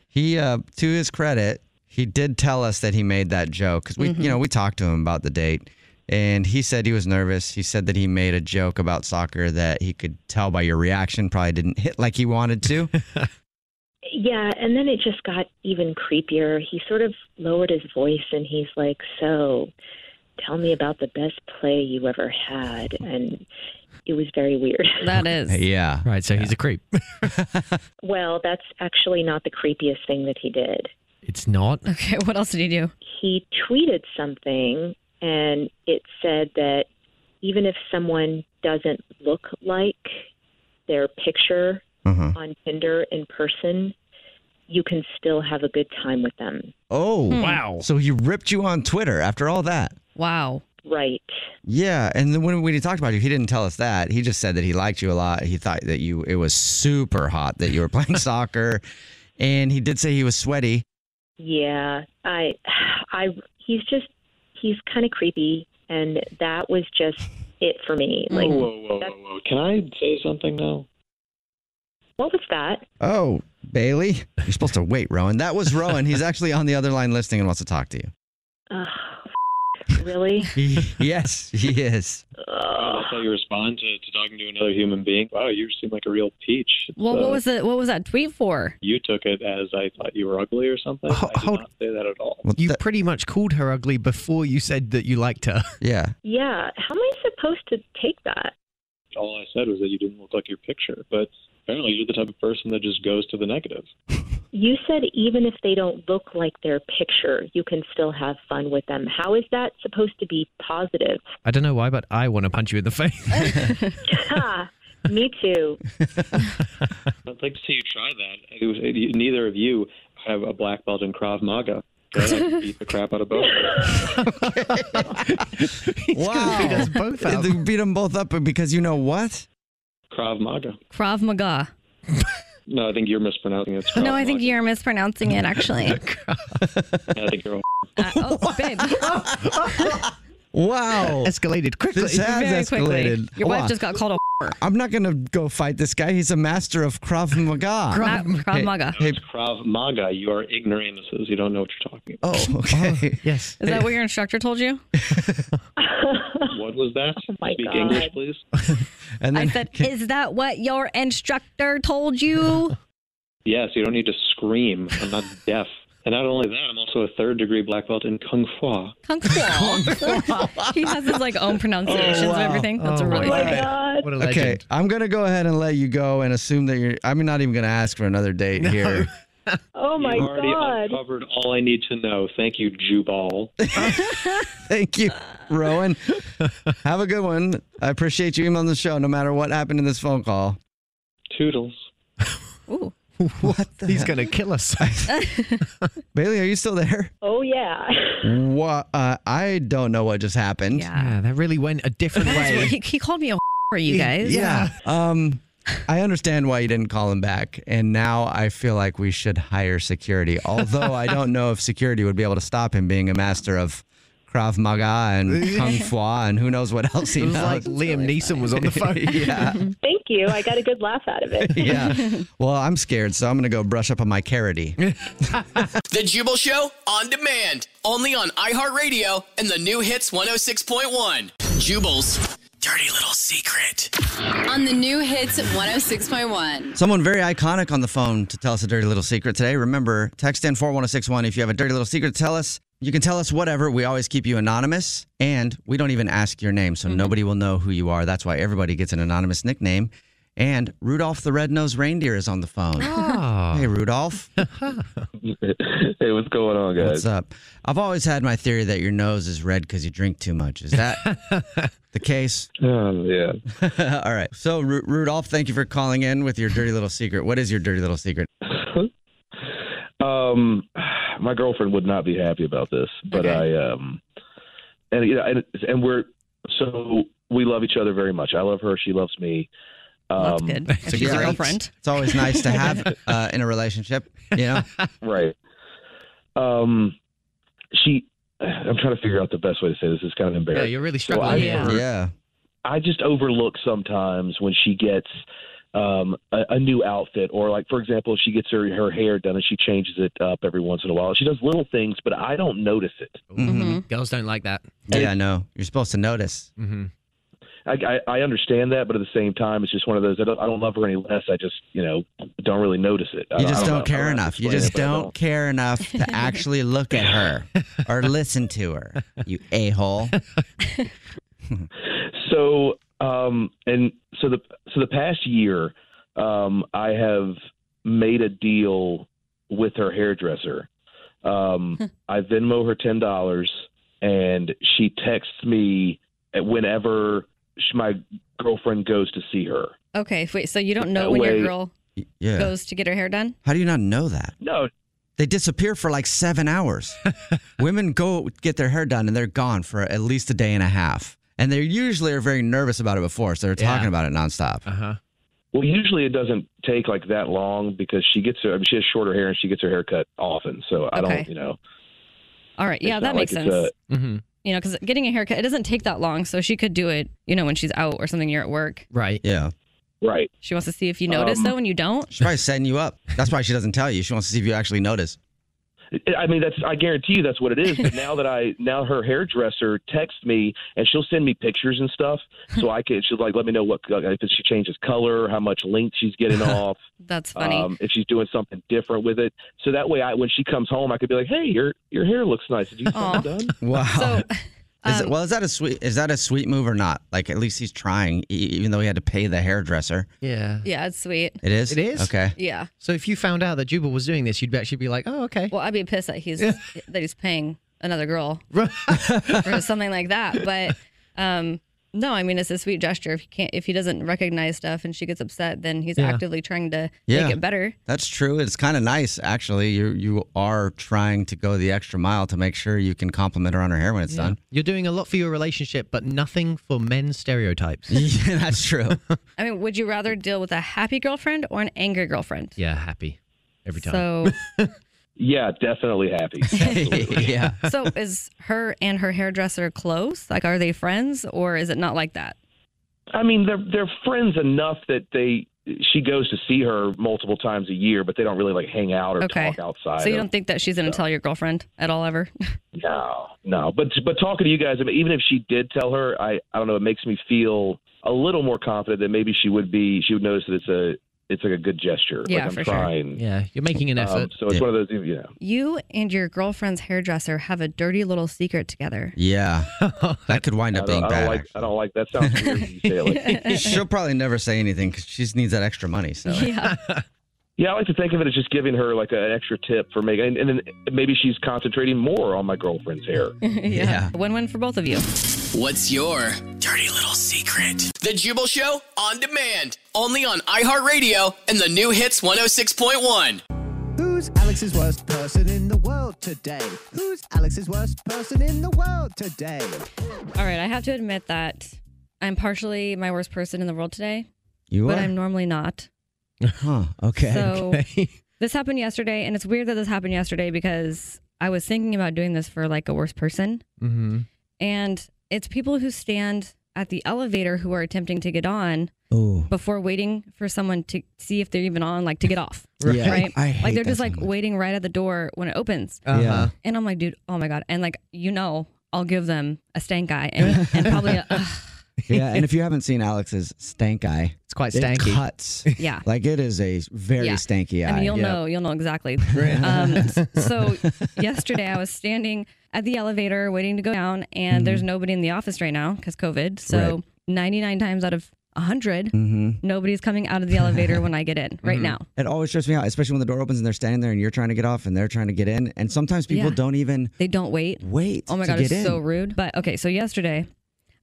[SPEAKER 3] He uh to his credit, he did tell us that he made that joke cuz we you know, we talked to him about the date and he said he was nervous. He said that he made a joke about soccer that he could tell by your reaction probably didn't hit like he wanted to.
[SPEAKER 20] Yeah, and then it just got even creepier. He sort of lowered his voice and he's like, So, tell me about the best play you ever had. And it was very weird. <laughs>
[SPEAKER 5] That is.
[SPEAKER 3] yeah.
[SPEAKER 19] Right, so he's a creep.
[SPEAKER 20] Well, that's actually not the creepiest thing that he did.
[SPEAKER 19] It's
[SPEAKER 3] <laughs>
[SPEAKER 19] not.
[SPEAKER 5] Okay, <laughs> what else did he do?
[SPEAKER 20] He tweeted something and it said that even if someone doesn't look like their picture
[SPEAKER 3] Uh-huh.
[SPEAKER 20] on Tinder in person, you can still have a good time with them.
[SPEAKER 3] Oh,
[SPEAKER 20] Hmm. Wow.
[SPEAKER 3] So he ripped you on Twitter after all that.
[SPEAKER 5] Wow.
[SPEAKER 20] Right.
[SPEAKER 3] Yeah, and then when, when he talked about you, he didn't tell us that. He just said that he liked you a lot. He thought that you it was super hot that you were playing <laughs> soccer, and he did say he was sweaty.
[SPEAKER 20] Yeah, I, I, he's just, he's kind of creepy, and that was just it for me. Like,
[SPEAKER 18] whoa, whoa, whoa, whoa, whoa! Can I say something now?
[SPEAKER 20] what was that?
[SPEAKER 3] Oh, Bailey, you're supposed to wait, Rowan. That was Rowan. He's actually on the other line listening and wants to talk to you.
[SPEAKER 20] Ugh. Really?
[SPEAKER 3] yes, he is.
[SPEAKER 18] That's how you respond to, to talking to another human being. Wow, you seem like a real peach.
[SPEAKER 5] Well,
[SPEAKER 18] So
[SPEAKER 3] Uh,
[SPEAKER 5] what was the what was that tweet for?
[SPEAKER 18] You took it as I thought you were ugly or something. I did not say that at all.
[SPEAKER 4] you pretty much called her ugly before you said that you liked her. <laughs>
[SPEAKER 3] Yeah.
[SPEAKER 20] Yeah. How am I supposed to take that?
[SPEAKER 18] All I said was that you didn't look like your picture, but apparently you're the type of person that just goes to the negative.
[SPEAKER 20] You said even if they don't look like their picture, you can still have fun with them. How is that supposed to be positive?
[SPEAKER 19] I don't know why, but I want to punch you in the
[SPEAKER 3] <laughs>
[SPEAKER 19] face.
[SPEAKER 20] Ha, Me too.
[SPEAKER 18] I'd like to see you try that. It was, it, neither of you have a black belt in Krav Maga. Then I could beat the crap out of both. of you.
[SPEAKER 3] wow.
[SPEAKER 4] beat us both up.
[SPEAKER 3] They beat them both up because you know what?
[SPEAKER 5] <laughs>
[SPEAKER 18] Krav Maga.
[SPEAKER 5] Krav Maga.
[SPEAKER 18] No, I think you're mispronouncing it. It's Krav
[SPEAKER 5] No, I think you're mispronouncing it
[SPEAKER 3] <laughs>
[SPEAKER 5] actually.
[SPEAKER 18] Maga. I think you're.
[SPEAKER 5] oh, babe.
[SPEAKER 3] Wow.
[SPEAKER 4] Escalated
[SPEAKER 3] <laughs>
[SPEAKER 4] quickly.
[SPEAKER 3] This has
[SPEAKER 5] quickly.
[SPEAKER 3] escalated.
[SPEAKER 5] Your wife
[SPEAKER 3] Wow.
[SPEAKER 5] just got called a <laughs>
[SPEAKER 3] I'm not going to go fight this guy. He's a master of Krav
[SPEAKER 5] <laughs>
[SPEAKER 3] Maga.
[SPEAKER 5] Krav- Ma- Krav Maga.
[SPEAKER 3] Hey, hey,
[SPEAKER 18] Krav Maga. You are ignoramuses. You don't know what you're talking
[SPEAKER 3] oh, okay. yes.
[SPEAKER 5] Is that what your instructor told you?
[SPEAKER 18] about. What was that?
[SPEAKER 5] Oh my
[SPEAKER 18] Speak
[SPEAKER 5] God.
[SPEAKER 18] English, please.
[SPEAKER 3] And
[SPEAKER 5] I said, "Is that what your instructor told you?"
[SPEAKER 18] Yes, you don't need to scream. I'm not deaf. And not only that, I'm also a third degree black belt in Kung Fu.
[SPEAKER 5] Kung Fu. he has his like own pronunciations of everything. That's
[SPEAKER 3] Oh,
[SPEAKER 5] a really
[SPEAKER 3] my
[SPEAKER 5] good.
[SPEAKER 20] God.
[SPEAKER 4] What a legend.
[SPEAKER 3] Okay, I'm going to go ahead and let you go and assume that you're. I'm not even going to ask for another date here.
[SPEAKER 20] Oh my
[SPEAKER 18] you already
[SPEAKER 20] God.
[SPEAKER 18] uncovered all I need to know. Thank you, Jubal.
[SPEAKER 3] Thank you, Rowan. Have a good one. I appreciate you emailing the show no matter what happened in this phone call.
[SPEAKER 18] Toodles.
[SPEAKER 5] Ooh.
[SPEAKER 3] <laughs> What the
[SPEAKER 4] He's
[SPEAKER 3] heck?
[SPEAKER 4] going to kill us.
[SPEAKER 3] <laughs>
[SPEAKER 4] <laughs>
[SPEAKER 3] Bailey, are you still there?
[SPEAKER 20] Oh yeah.
[SPEAKER 3] What? Uh, I don't know what just happened.
[SPEAKER 5] Yeah.
[SPEAKER 4] yeah, that really went a different way.
[SPEAKER 5] He, he called me a for you guys.
[SPEAKER 3] E, Yeah. Um, I understand why you didn't call him back. And now I feel like we should hire security. Although I don't know if security would be able to stop him being a master of Krav Maga and Kung Fu and who knows what else he
[SPEAKER 4] It was like
[SPEAKER 3] knows.
[SPEAKER 4] Liam Neeson was on
[SPEAKER 3] <laughs>
[SPEAKER 4] the phone.
[SPEAKER 3] yeah.
[SPEAKER 20] <laughs> Thank you. I got a good laugh out of
[SPEAKER 4] <laughs>
[SPEAKER 20] it.
[SPEAKER 3] Yeah. Well, I'm scared, so I'm going to go brush up on my carroty.
[SPEAKER 4] <laughs>
[SPEAKER 2] The Jubal Show on demand, only on iHeartRadio and the new hits 106.1. Jubal's dirty little secret.
[SPEAKER 10] On the new hits 106.1.
[SPEAKER 3] Someone very iconic on the phone to tell us a dirty little secret today. Remember, text in 41061 if you have a dirty little secret to tell us. You can tell us whatever. We always keep you anonymous and we don't even ask your name, so nobody will know who you are. That's why everybody gets an anonymous nickname. And Rudolph the Red-Nosed Reindeer is on the phone. Hey, Rudolph.
[SPEAKER 12] <laughs> hey, what's going on,
[SPEAKER 3] What's up? I've always had my theory that your nose is red because you drink too much.
[SPEAKER 12] <laughs>
[SPEAKER 3] Is that the case?
[SPEAKER 12] Oh, yeah.
[SPEAKER 3] <laughs> All right. So, Ru- Rudolph, thank you for calling in with your dirty little secret. What is your dirty little secret?
[SPEAKER 12] Um, my girlfriend would not be happy about this, but I um, and you know, and, and we're so we love each other very much. I love her; she loves me.
[SPEAKER 5] Well, that's
[SPEAKER 12] Um,
[SPEAKER 5] good. If she's your
[SPEAKER 3] yeah,
[SPEAKER 5] girlfriend.
[SPEAKER 3] It's always nice
[SPEAKER 19] <laughs>
[SPEAKER 3] to have uh, in a relationship, you know?
[SPEAKER 12] Right. Um, she. I'm trying to figure out the best way to say this. It's kind of
[SPEAKER 4] Yeah,
[SPEAKER 12] embarrassing.
[SPEAKER 4] you're really
[SPEAKER 12] I
[SPEAKER 4] struggling.
[SPEAKER 12] never-
[SPEAKER 3] Yeah.
[SPEAKER 12] I just overlook sometimes when she gets um a, a new outfit or like for example if she gets her her hair done and she changes it up every once in a while she does little things but i don't notice it
[SPEAKER 3] Mhm.
[SPEAKER 19] Mm-hmm. Girls don't like that.
[SPEAKER 3] Yeah, I know. You're supposed to notice.
[SPEAKER 19] Mm-hmm.
[SPEAKER 12] I, I i understand that but at the same time it's just one of those i don't, I don't love her any less i just you know don't really notice it I
[SPEAKER 3] You just
[SPEAKER 12] I
[SPEAKER 3] don't,
[SPEAKER 12] know- I
[SPEAKER 3] care
[SPEAKER 12] know how to
[SPEAKER 3] enough. You
[SPEAKER 12] explain it,
[SPEAKER 3] just
[SPEAKER 12] but I
[SPEAKER 3] don't, care enough
[SPEAKER 12] <laughs>
[SPEAKER 3] to actually look at her or listen to her, you
[SPEAKER 12] <laughs>
[SPEAKER 3] a hole.
[SPEAKER 12] so um and so the so the past year um i have made a deal with her hairdresser um
[SPEAKER 3] Hmm.
[SPEAKER 12] i venmo her ten dollars and she texts me at whenever sh my girlfriend goes to see her
[SPEAKER 5] Okay. Wait. So you don't know
[SPEAKER 12] That
[SPEAKER 5] when
[SPEAKER 12] way-
[SPEAKER 5] your girl
[SPEAKER 3] Yeah.
[SPEAKER 5] goes to get her hair done?
[SPEAKER 3] How do you not know that?
[SPEAKER 12] no
[SPEAKER 3] They disappear for like seven hours. Women go get their hair done and they're gone for at least a day and a half. And they usually are very nervous about it before, so they're
[SPEAKER 19] Yeah.
[SPEAKER 3] talking about it nonstop.
[SPEAKER 19] Uh huh.
[SPEAKER 12] well usually it doesn't take like that long because she gets her I mean, she has shorter hair and she gets her hair cut often so i
[SPEAKER 5] Okay.
[SPEAKER 12] don't you know
[SPEAKER 5] All right. Yeah,
[SPEAKER 12] it's
[SPEAKER 5] that
[SPEAKER 12] not
[SPEAKER 5] makes
[SPEAKER 12] like
[SPEAKER 5] sense.
[SPEAKER 12] it's a-
[SPEAKER 19] Mm-hmm.
[SPEAKER 5] you know, because getting a haircut it doesn't take that long, so she could do it. You know, when she's out or something, you're at work.
[SPEAKER 19] Right.
[SPEAKER 3] Yeah.
[SPEAKER 12] right
[SPEAKER 5] She wants to see if you notice
[SPEAKER 12] Um,
[SPEAKER 5] though, and you don't.
[SPEAKER 3] She's probably setting you up. That's why she doesn't tell you. She wants to see if you actually notice.
[SPEAKER 12] I mean, that's I guarantee you that's what it is. But now that I <laughs> now her hairdresser texts me and she'll send me pictures and stuff, so I can she'll like let me know what if she changes color, how much length she's
[SPEAKER 5] <laughs>
[SPEAKER 12] getting off. um,
[SPEAKER 5] That's funny.
[SPEAKER 12] if she's doing something different with it, so that way I when she comes home I could be like, hey, your your hair looks nice. Did you get
[SPEAKER 5] Aw.
[SPEAKER 12] something done?
[SPEAKER 3] Wow. <laughs> Is it- well, is that a sweet? Is that a sweet move or not? Like, at least he's trying, e- even though he had to pay the hairdresser.
[SPEAKER 4] Yeah.
[SPEAKER 5] Yeah, it's sweet.
[SPEAKER 3] It is.
[SPEAKER 4] It is?
[SPEAKER 3] Okay.
[SPEAKER 5] Yeah.
[SPEAKER 4] So if you found out that Jubal was doing this, you'd actually be like, oh, okay.
[SPEAKER 5] Well, I'd be pissed that he's that he's paying another
[SPEAKER 4] <laughs>
[SPEAKER 5] girl or something like that. But um, no, I mean it's a sweet gesture. If he can't, if he doesn't recognize stuff and she gets upset, then he's
[SPEAKER 3] Yeah.
[SPEAKER 5] actively trying to
[SPEAKER 3] Yeah.
[SPEAKER 5] make it better.
[SPEAKER 3] That's true. It's kind of nice, actually. You you are trying to go the extra mile to make sure you can compliment her on her hair when it's
[SPEAKER 4] Yeah.
[SPEAKER 3] done.
[SPEAKER 4] You're doing a lot for your relationship, but nothing for men's stereotypes.
[SPEAKER 3] yeah, that's true.
[SPEAKER 5] I mean, would you rather deal with a happy girlfriend or an angry girlfriend?
[SPEAKER 4] <laughs> yeah, happy every time. <laughs>
[SPEAKER 5] So,
[SPEAKER 12] <laughs> Yeah, definitely happy. Absolutely.
[SPEAKER 3] yeah.
[SPEAKER 5] so is her and her hairdresser close? Like, are they friends, or is it not like that?
[SPEAKER 12] I mean, they're they're friends enough that they she goes to see her multiple times a year, but they don't really like hang out or
[SPEAKER 5] okay.
[SPEAKER 12] talk outside.
[SPEAKER 5] so you
[SPEAKER 12] of-
[SPEAKER 5] don't think that she's going to tell your girlfriend at all ever? <laughs>
[SPEAKER 12] no, no. But but talking to you guys, I mean, even if she did tell her, I I don't know. It makes me feel a little more confident that maybe she would be. She would notice that it's a it's like a good gesture.
[SPEAKER 5] Yeah,
[SPEAKER 12] like I'm
[SPEAKER 5] for sure.
[SPEAKER 12] trying.
[SPEAKER 4] Yeah, you're making an
[SPEAKER 12] Um,
[SPEAKER 4] effort.
[SPEAKER 12] so it's one of those. You know,
[SPEAKER 5] You and your girlfriend's hairdresser have a dirty little secret together. <laughs>
[SPEAKER 3] Yeah. That could wind up
[SPEAKER 12] I
[SPEAKER 3] being
[SPEAKER 12] don't, I don't
[SPEAKER 3] bad.
[SPEAKER 12] like. I don't like that. Sounds weird. when you say it
[SPEAKER 5] <laughs>
[SPEAKER 12] like
[SPEAKER 3] actually. She'll probably never say anything because she just needs that extra money. So <laughs>
[SPEAKER 5] Yeah.
[SPEAKER 12] Yeah, I like to think of it as just giving her like an extra tip for making, and, and then maybe she's concentrating more on my girlfriend's hair.
[SPEAKER 5] <laughs> yeah. Win win for both of you.
[SPEAKER 2] What's your dirty little secret? The Jubal Show on demand, only on iHeartRadio and the new hits 106.1.
[SPEAKER 16] Who's Alex's worst person in the world today? Who's Alex's worst person in the world today?
[SPEAKER 5] All right. I have to admit that I'm partially my worst person in the world today.
[SPEAKER 3] You
[SPEAKER 5] But
[SPEAKER 3] are?
[SPEAKER 5] I'm normally not.
[SPEAKER 3] Huh. <laughs> Okay. <laughs>
[SPEAKER 5] So this happened yesterday, and it's weird that this happened yesterday because I was thinking about doing this for like a worst person.
[SPEAKER 4] Mm-hmm.
[SPEAKER 5] And it's people who stand at the elevator who are attempting to get on
[SPEAKER 3] Ooh.
[SPEAKER 5] before waiting for someone to see if they're even on, like to get off.
[SPEAKER 3] <laughs> Yeah,
[SPEAKER 5] Right?
[SPEAKER 3] I hate
[SPEAKER 5] like they're
[SPEAKER 3] that
[SPEAKER 5] just
[SPEAKER 3] so
[SPEAKER 5] like waiting right at the door when it opens.
[SPEAKER 3] Uh-huh. Yeah.
[SPEAKER 5] And I'm like, dude, oh my God. And like, you know, I'll give them a stank eye and, and probably
[SPEAKER 3] <laughs>
[SPEAKER 5] a, ugh,
[SPEAKER 3] yeah, and if you haven't seen Alex's stank eye, it's
[SPEAKER 4] quite
[SPEAKER 3] It
[SPEAKER 4] stanky.
[SPEAKER 3] cuts.
[SPEAKER 5] Yeah.
[SPEAKER 3] Like it is a very
[SPEAKER 5] Yeah.
[SPEAKER 3] stanky eye.
[SPEAKER 5] I mean, you'll know, you'll know exactly.
[SPEAKER 3] Right.
[SPEAKER 5] um,
[SPEAKER 3] <laughs>
[SPEAKER 5] s- so yesterday I was standing at the elevator waiting to go down, and
[SPEAKER 3] Mhm.
[SPEAKER 5] there's nobody in the office right now because COVID. So
[SPEAKER 3] Right.
[SPEAKER 5] 99 times out of 100,
[SPEAKER 3] Mhm.
[SPEAKER 5] nobody's coming out of the
[SPEAKER 3] <laughs>
[SPEAKER 5] elevator when I get in right
[SPEAKER 3] Mhm.
[SPEAKER 5] now.
[SPEAKER 3] It always stresses me out, especially when the door opens and they're standing there and you're trying to get off and they're trying to get in. And sometimes people
[SPEAKER 5] Yeah.
[SPEAKER 3] don't even
[SPEAKER 5] They don't wait.
[SPEAKER 3] wait.
[SPEAKER 5] Oh my
[SPEAKER 3] to
[SPEAKER 5] god,
[SPEAKER 3] get
[SPEAKER 5] it's so
[SPEAKER 3] in.
[SPEAKER 5] rude. But okay, so yesterday,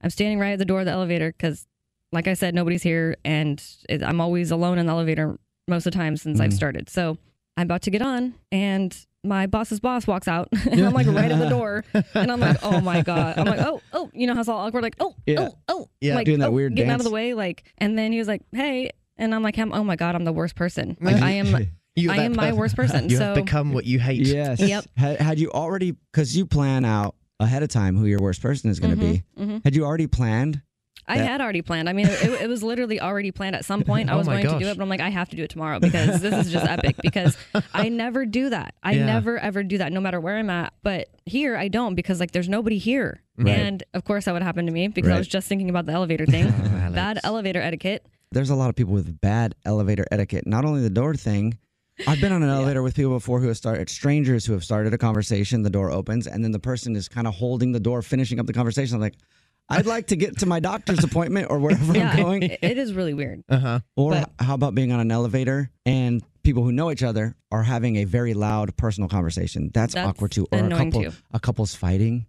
[SPEAKER 5] I'm standing right at the door of the elevator because, like I said, nobody's here, and it, I'm always alone in the elevator most of the time since I've
[SPEAKER 3] Mhm.
[SPEAKER 5] started. So I'm about to get on, and my boss's boss walks out, <laughs> and I'm like right at the
[SPEAKER 3] <laughs>
[SPEAKER 5] door, and I'm like, oh my god, I'm like, oh, oh, you know how it's all awkward, like, oh,
[SPEAKER 3] Yeah.
[SPEAKER 5] oh, oh,
[SPEAKER 3] Yeah,
[SPEAKER 5] like,
[SPEAKER 3] doing that
[SPEAKER 5] oh,
[SPEAKER 3] weird
[SPEAKER 5] getting out of
[SPEAKER 3] dance.
[SPEAKER 5] the way, like, and then he was like, hey, and I'm like, I'm, oh my god, I'm the worst person, like I am,
[SPEAKER 3] <laughs>
[SPEAKER 4] You're
[SPEAKER 5] I
[SPEAKER 4] that
[SPEAKER 5] am my
[SPEAKER 4] person.
[SPEAKER 5] worst person.
[SPEAKER 4] You
[SPEAKER 5] so
[SPEAKER 4] have become what you hate.
[SPEAKER 3] Yes.
[SPEAKER 5] Yep.
[SPEAKER 3] Had, had you already, because you plan out ahead of time who your worst person is going to be,
[SPEAKER 5] mhm.
[SPEAKER 3] had you already planned?
[SPEAKER 5] I
[SPEAKER 3] that-
[SPEAKER 5] had already planned. I mean, it, it was literally already planned at
[SPEAKER 3] <laughs>
[SPEAKER 5] some point. I
[SPEAKER 3] Oh
[SPEAKER 5] was
[SPEAKER 3] my
[SPEAKER 5] going to do
[SPEAKER 3] gosh.
[SPEAKER 5] it, but I'm like, I have to do it tomorrow because this is just
[SPEAKER 3] <laughs>
[SPEAKER 5] epic. Because I never do that. I
[SPEAKER 3] Yeah.
[SPEAKER 5] never ever do that, no matter where I'm at. But here, I don't because like there's nobody here,
[SPEAKER 3] Right.
[SPEAKER 5] and of course that would happen to me because I
[SPEAKER 3] Right.
[SPEAKER 5] was just thinking about the elevator
[SPEAKER 3] <laughs>
[SPEAKER 5] thing, bad elevator etiquette.
[SPEAKER 3] There's a lot of people with bad elevator etiquette, not only the door thing. I've been
[SPEAKER 5] <laughs>
[SPEAKER 3] on an elevator with people before who have started, strangers who have started a conversation, the door opens, and then the person is kind of holding the door, finishing up the conversation. I'm like, I'd like to get to my doctor's appointment or wherever
[SPEAKER 5] yeah,
[SPEAKER 3] I'm going.
[SPEAKER 5] it- it is really weird.
[SPEAKER 3] Uh-huh. Or
[SPEAKER 5] But-
[SPEAKER 3] h- how about being on an elevator and people who know each other are having a very loud personal conversation? That's,
[SPEAKER 5] That's
[SPEAKER 3] awkward too. Or a
[SPEAKER 5] annoying,
[SPEAKER 3] couple
[SPEAKER 5] too.
[SPEAKER 3] a couple's
[SPEAKER 4] <laughs>
[SPEAKER 3] fighting.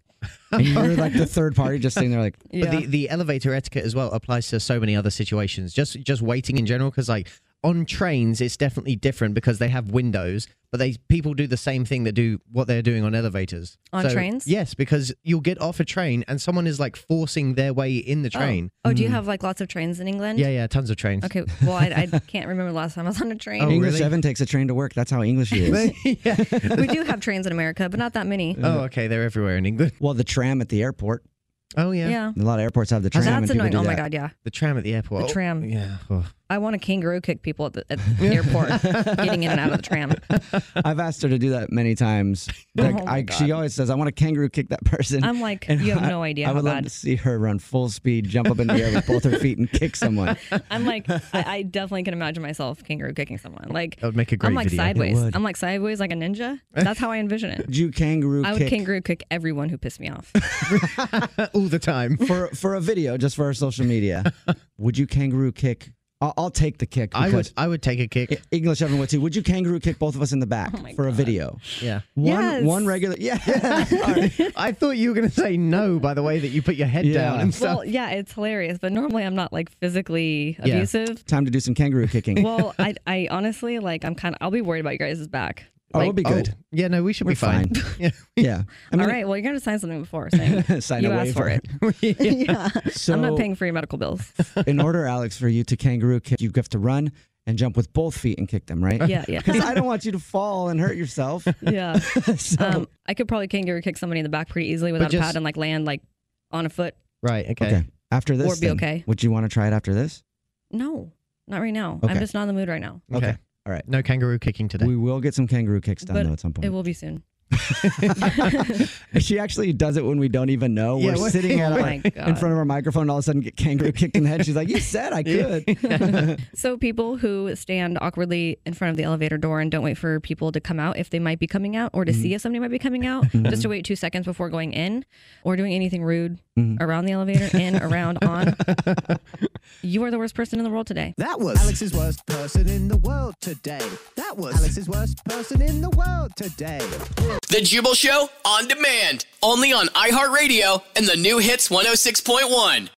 [SPEAKER 3] And you're like the third party just sitting
[SPEAKER 5] <laughs>
[SPEAKER 3] there like
[SPEAKER 4] But the, the elevator etiquette as well applies to so many other situations. Just just waiting in general, because like on trains, it's definitely different because they have windows, but they people do the same thing that do what they're doing on elevators.
[SPEAKER 5] On trains?
[SPEAKER 4] Yes, because you'll get off a train and someone is like forcing their way in the
[SPEAKER 5] Oh.
[SPEAKER 4] train.
[SPEAKER 5] Oh,
[SPEAKER 3] Mm.
[SPEAKER 5] do you have like lots of trains in England?
[SPEAKER 4] Yeah, yeah, tons of trains.
[SPEAKER 5] Okay. Well, I, I can't remember the last time I was on a train.
[SPEAKER 3] English Seven takes a train to work. That's how English he <laughs> is.
[SPEAKER 5] we do have trains in America, but not that many.
[SPEAKER 4] Oh,
[SPEAKER 3] Oh,
[SPEAKER 4] okay, they're everywhere in England.
[SPEAKER 3] Well, the tram at the airport.
[SPEAKER 4] Oh
[SPEAKER 5] Yeah.
[SPEAKER 3] A lot of airports have the tram.
[SPEAKER 5] That's
[SPEAKER 3] and people
[SPEAKER 5] annoying.
[SPEAKER 3] do
[SPEAKER 5] Oh my
[SPEAKER 3] that.
[SPEAKER 5] god, yeah.
[SPEAKER 4] The tram at the airport.
[SPEAKER 5] The tram.
[SPEAKER 4] yeah. Oh.
[SPEAKER 5] I want to kangaroo kick people at the, at the airport
[SPEAKER 3] <laughs>
[SPEAKER 5] getting in and out of the tram.
[SPEAKER 3] I've asked her to do that many
[SPEAKER 5] <laughs>
[SPEAKER 3] times. Like,
[SPEAKER 5] Oh my
[SPEAKER 3] I, she always says, "I want to kangaroo kick that person."
[SPEAKER 5] I'm like, you have no idea
[SPEAKER 3] I,
[SPEAKER 5] how
[SPEAKER 3] would love
[SPEAKER 5] bad.
[SPEAKER 3] to see her run full speed, jump up in the air with both her feet, and kick someone.
[SPEAKER 5] I'm like, I, I definitely can imagine myself kangaroo kicking someone. Like
[SPEAKER 3] <laughs> That would make a great
[SPEAKER 5] I'm like
[SPEAKER 3] video. It
[SPEAKER 5] sideways.
[SPEAKER 3] would.
[SPEAKER 5] I'm like sideways like a ninja. That's how I envision it.
[SPEAKER 3] Would you kangaroo
[SPEAKER 5] I would
[SPEAKER 3] kick
[SPEAKER 5] kangaroo kick everyone who pissed me off.
[SPEAKER 3] <laughs> all the time <laughs> for for a video, just for our social <laughs> media? would you kangaroo kick? I'll, I'll take the kick.
[SPEAKER 4] I would-
[SPEAKER 3] I would take a kick. English oven would too. Would you kangaroo kick both of us in the back
[SPEAKER 5] Oh
[SPEAKER 3] for a video?
[SPEAKER 4] Yeah.
[SPEAKER 3] One one regular.
[SPEAKER 4] <laughs>
[SPEAKER 3] Yeah. <laughs>
[SPEAKER 4] I thought you were going to say no by the way that you put your head down and stuff.
[SPEAKER 5] well, yeah, it's hilarious, but normally I'm not like physically
[SPEAKER 3] Yeah.
[SPEAKER 5] abusive.
[SPEAKER 3] Time to do some kangaroo kicking.
[SPEAKER 5] Well, I, I honestly like I'm kind of I'll be worried about your guys' back.
[SPEAKER 3] Oh,
[SPEAKER 5] Like,
[SPEAKER 3] we'll be good.
[SPEAKER 4] yeah, no, we should
[SPEAKER 3] We're
[SPEAKER 4] be fine.
[SPEAKER 3] <laughs> yeah. yeah.
[SPEAKER 5] all right, well you're gonna sign something
[SPEAKER 3] <laughs>
[SPEAKER 5] before saying
[SPEAKER 3] Sign
[SPEAKER 5] you
[SPEAKER 3] a
[SPEAKER 5] asked for
[SPEAKER 3] waiver.
[SPEAKER 5] it. yeah,
[SPEAKER 3] So-
[SPEAKER 5] <laughs> I'm not paying for your medical bills.
[SPEAKER 3] <laughs> in order, Alex, for you to kangaroo kick, you have to run and jump with both feet and kick them, right?
[SPEAKER 5] Yeah,
[SPEAKER 3] <laughs>
[SPEAKER 5] yeah.
[SPEAKER 3] Because I don't want you to fall and hurt yourself.
[SPEAKER 5] <laughs>
[SPEAKER 3] <laughs>
[SPEAKER 5] Yeah, um, I could probably kangaroo kick somebody in the back pretty easily without
[SPEAKER 3] just-
[SPEAKER 5] a pad and like land like on a foot.
[SPEAKER 3] Right. Okay. After this,
[SPEAKER 5] Or be
[SPEAKER 3] then,
[SPEAKER 5] okay.
[SPEAKER 3] Would you want to try it after this?
[SPEAKER 5] No, not right now. I'm
[SPEAKER 3] Okay.
[SPEAKER 5] just not in the mood right now.
[SPEAKER 3] Okay. All right. No kangaroo kicking today. We will get some kangaroo kicks done
[SPEAKER 5] But
[SPEAKER 3] though at some
[SPEAKER 5] It
[SPEAKER 3] point.
[SPEAKER 5] will be soon.
[SPEAKER 3] <laughs> she actually does it when we don't even know.
[SPEAKER 5] Yeah,
[SPEAKER 3] We're <laughs>
[SPEAKER 5] what-
[SPEAKER 3] sitting
[SPEAKER 5] Oh
[SPEAKER 3] at our-
[SPEAKER 5] my
[SPEAKER 3] in
[SPEAKER 5] God.
[SPEAKER 3] front of our microphone, and all of a sudden get kangaroo kicked in the head. She's like, "You said <laughs> I could."
[SPEAKER 5] So people who stand awkwardly in front of the elevator door and don't wait for people to come out if they might be coming out or to
[SPEAKER 3] Mm-hmm.
[SPEAKER 5] see if somebody might be coming
[SPEAKER 3] <laughs>
[SPEAKER 5] out,
[SPEAKER 3] Mhm.
[SPEAKER 5] just to wait two seconds before going in or doing anything rude
[SPEAKER 3] Mm-hmm.
[SPEAKER 5] around the elevator, in, around,
[SPEAKER 3] <laughs>
[SPEAKER 5] on. You are the worst person in the world today.
[SPEAKER 16] That was Alex's worst person in the world today. That was Alex's worst person in the world today.
[SPEAKER 2] The Jubal Show on demand, only on iHeartRadio and the new hits 106.1.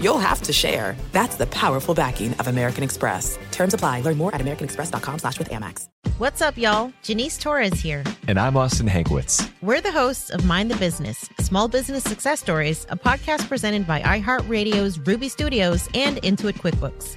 [SPEAKER 21] you'll have to share. That's the powerful backing of American Express. Terms apply. Learn more at americanexpress.com slash with Amex.
[SPEAKER 22] What's up, y'all? Janice Torres here.
[SPEAKER 23] And I'm Austin Hankwitz.
[SPEAKER 22] We're the hosts of Mind the Business Small Business Success Stories, a podcast presented by iHeartRadio's Ruby Studios and Intuit QuickBooks.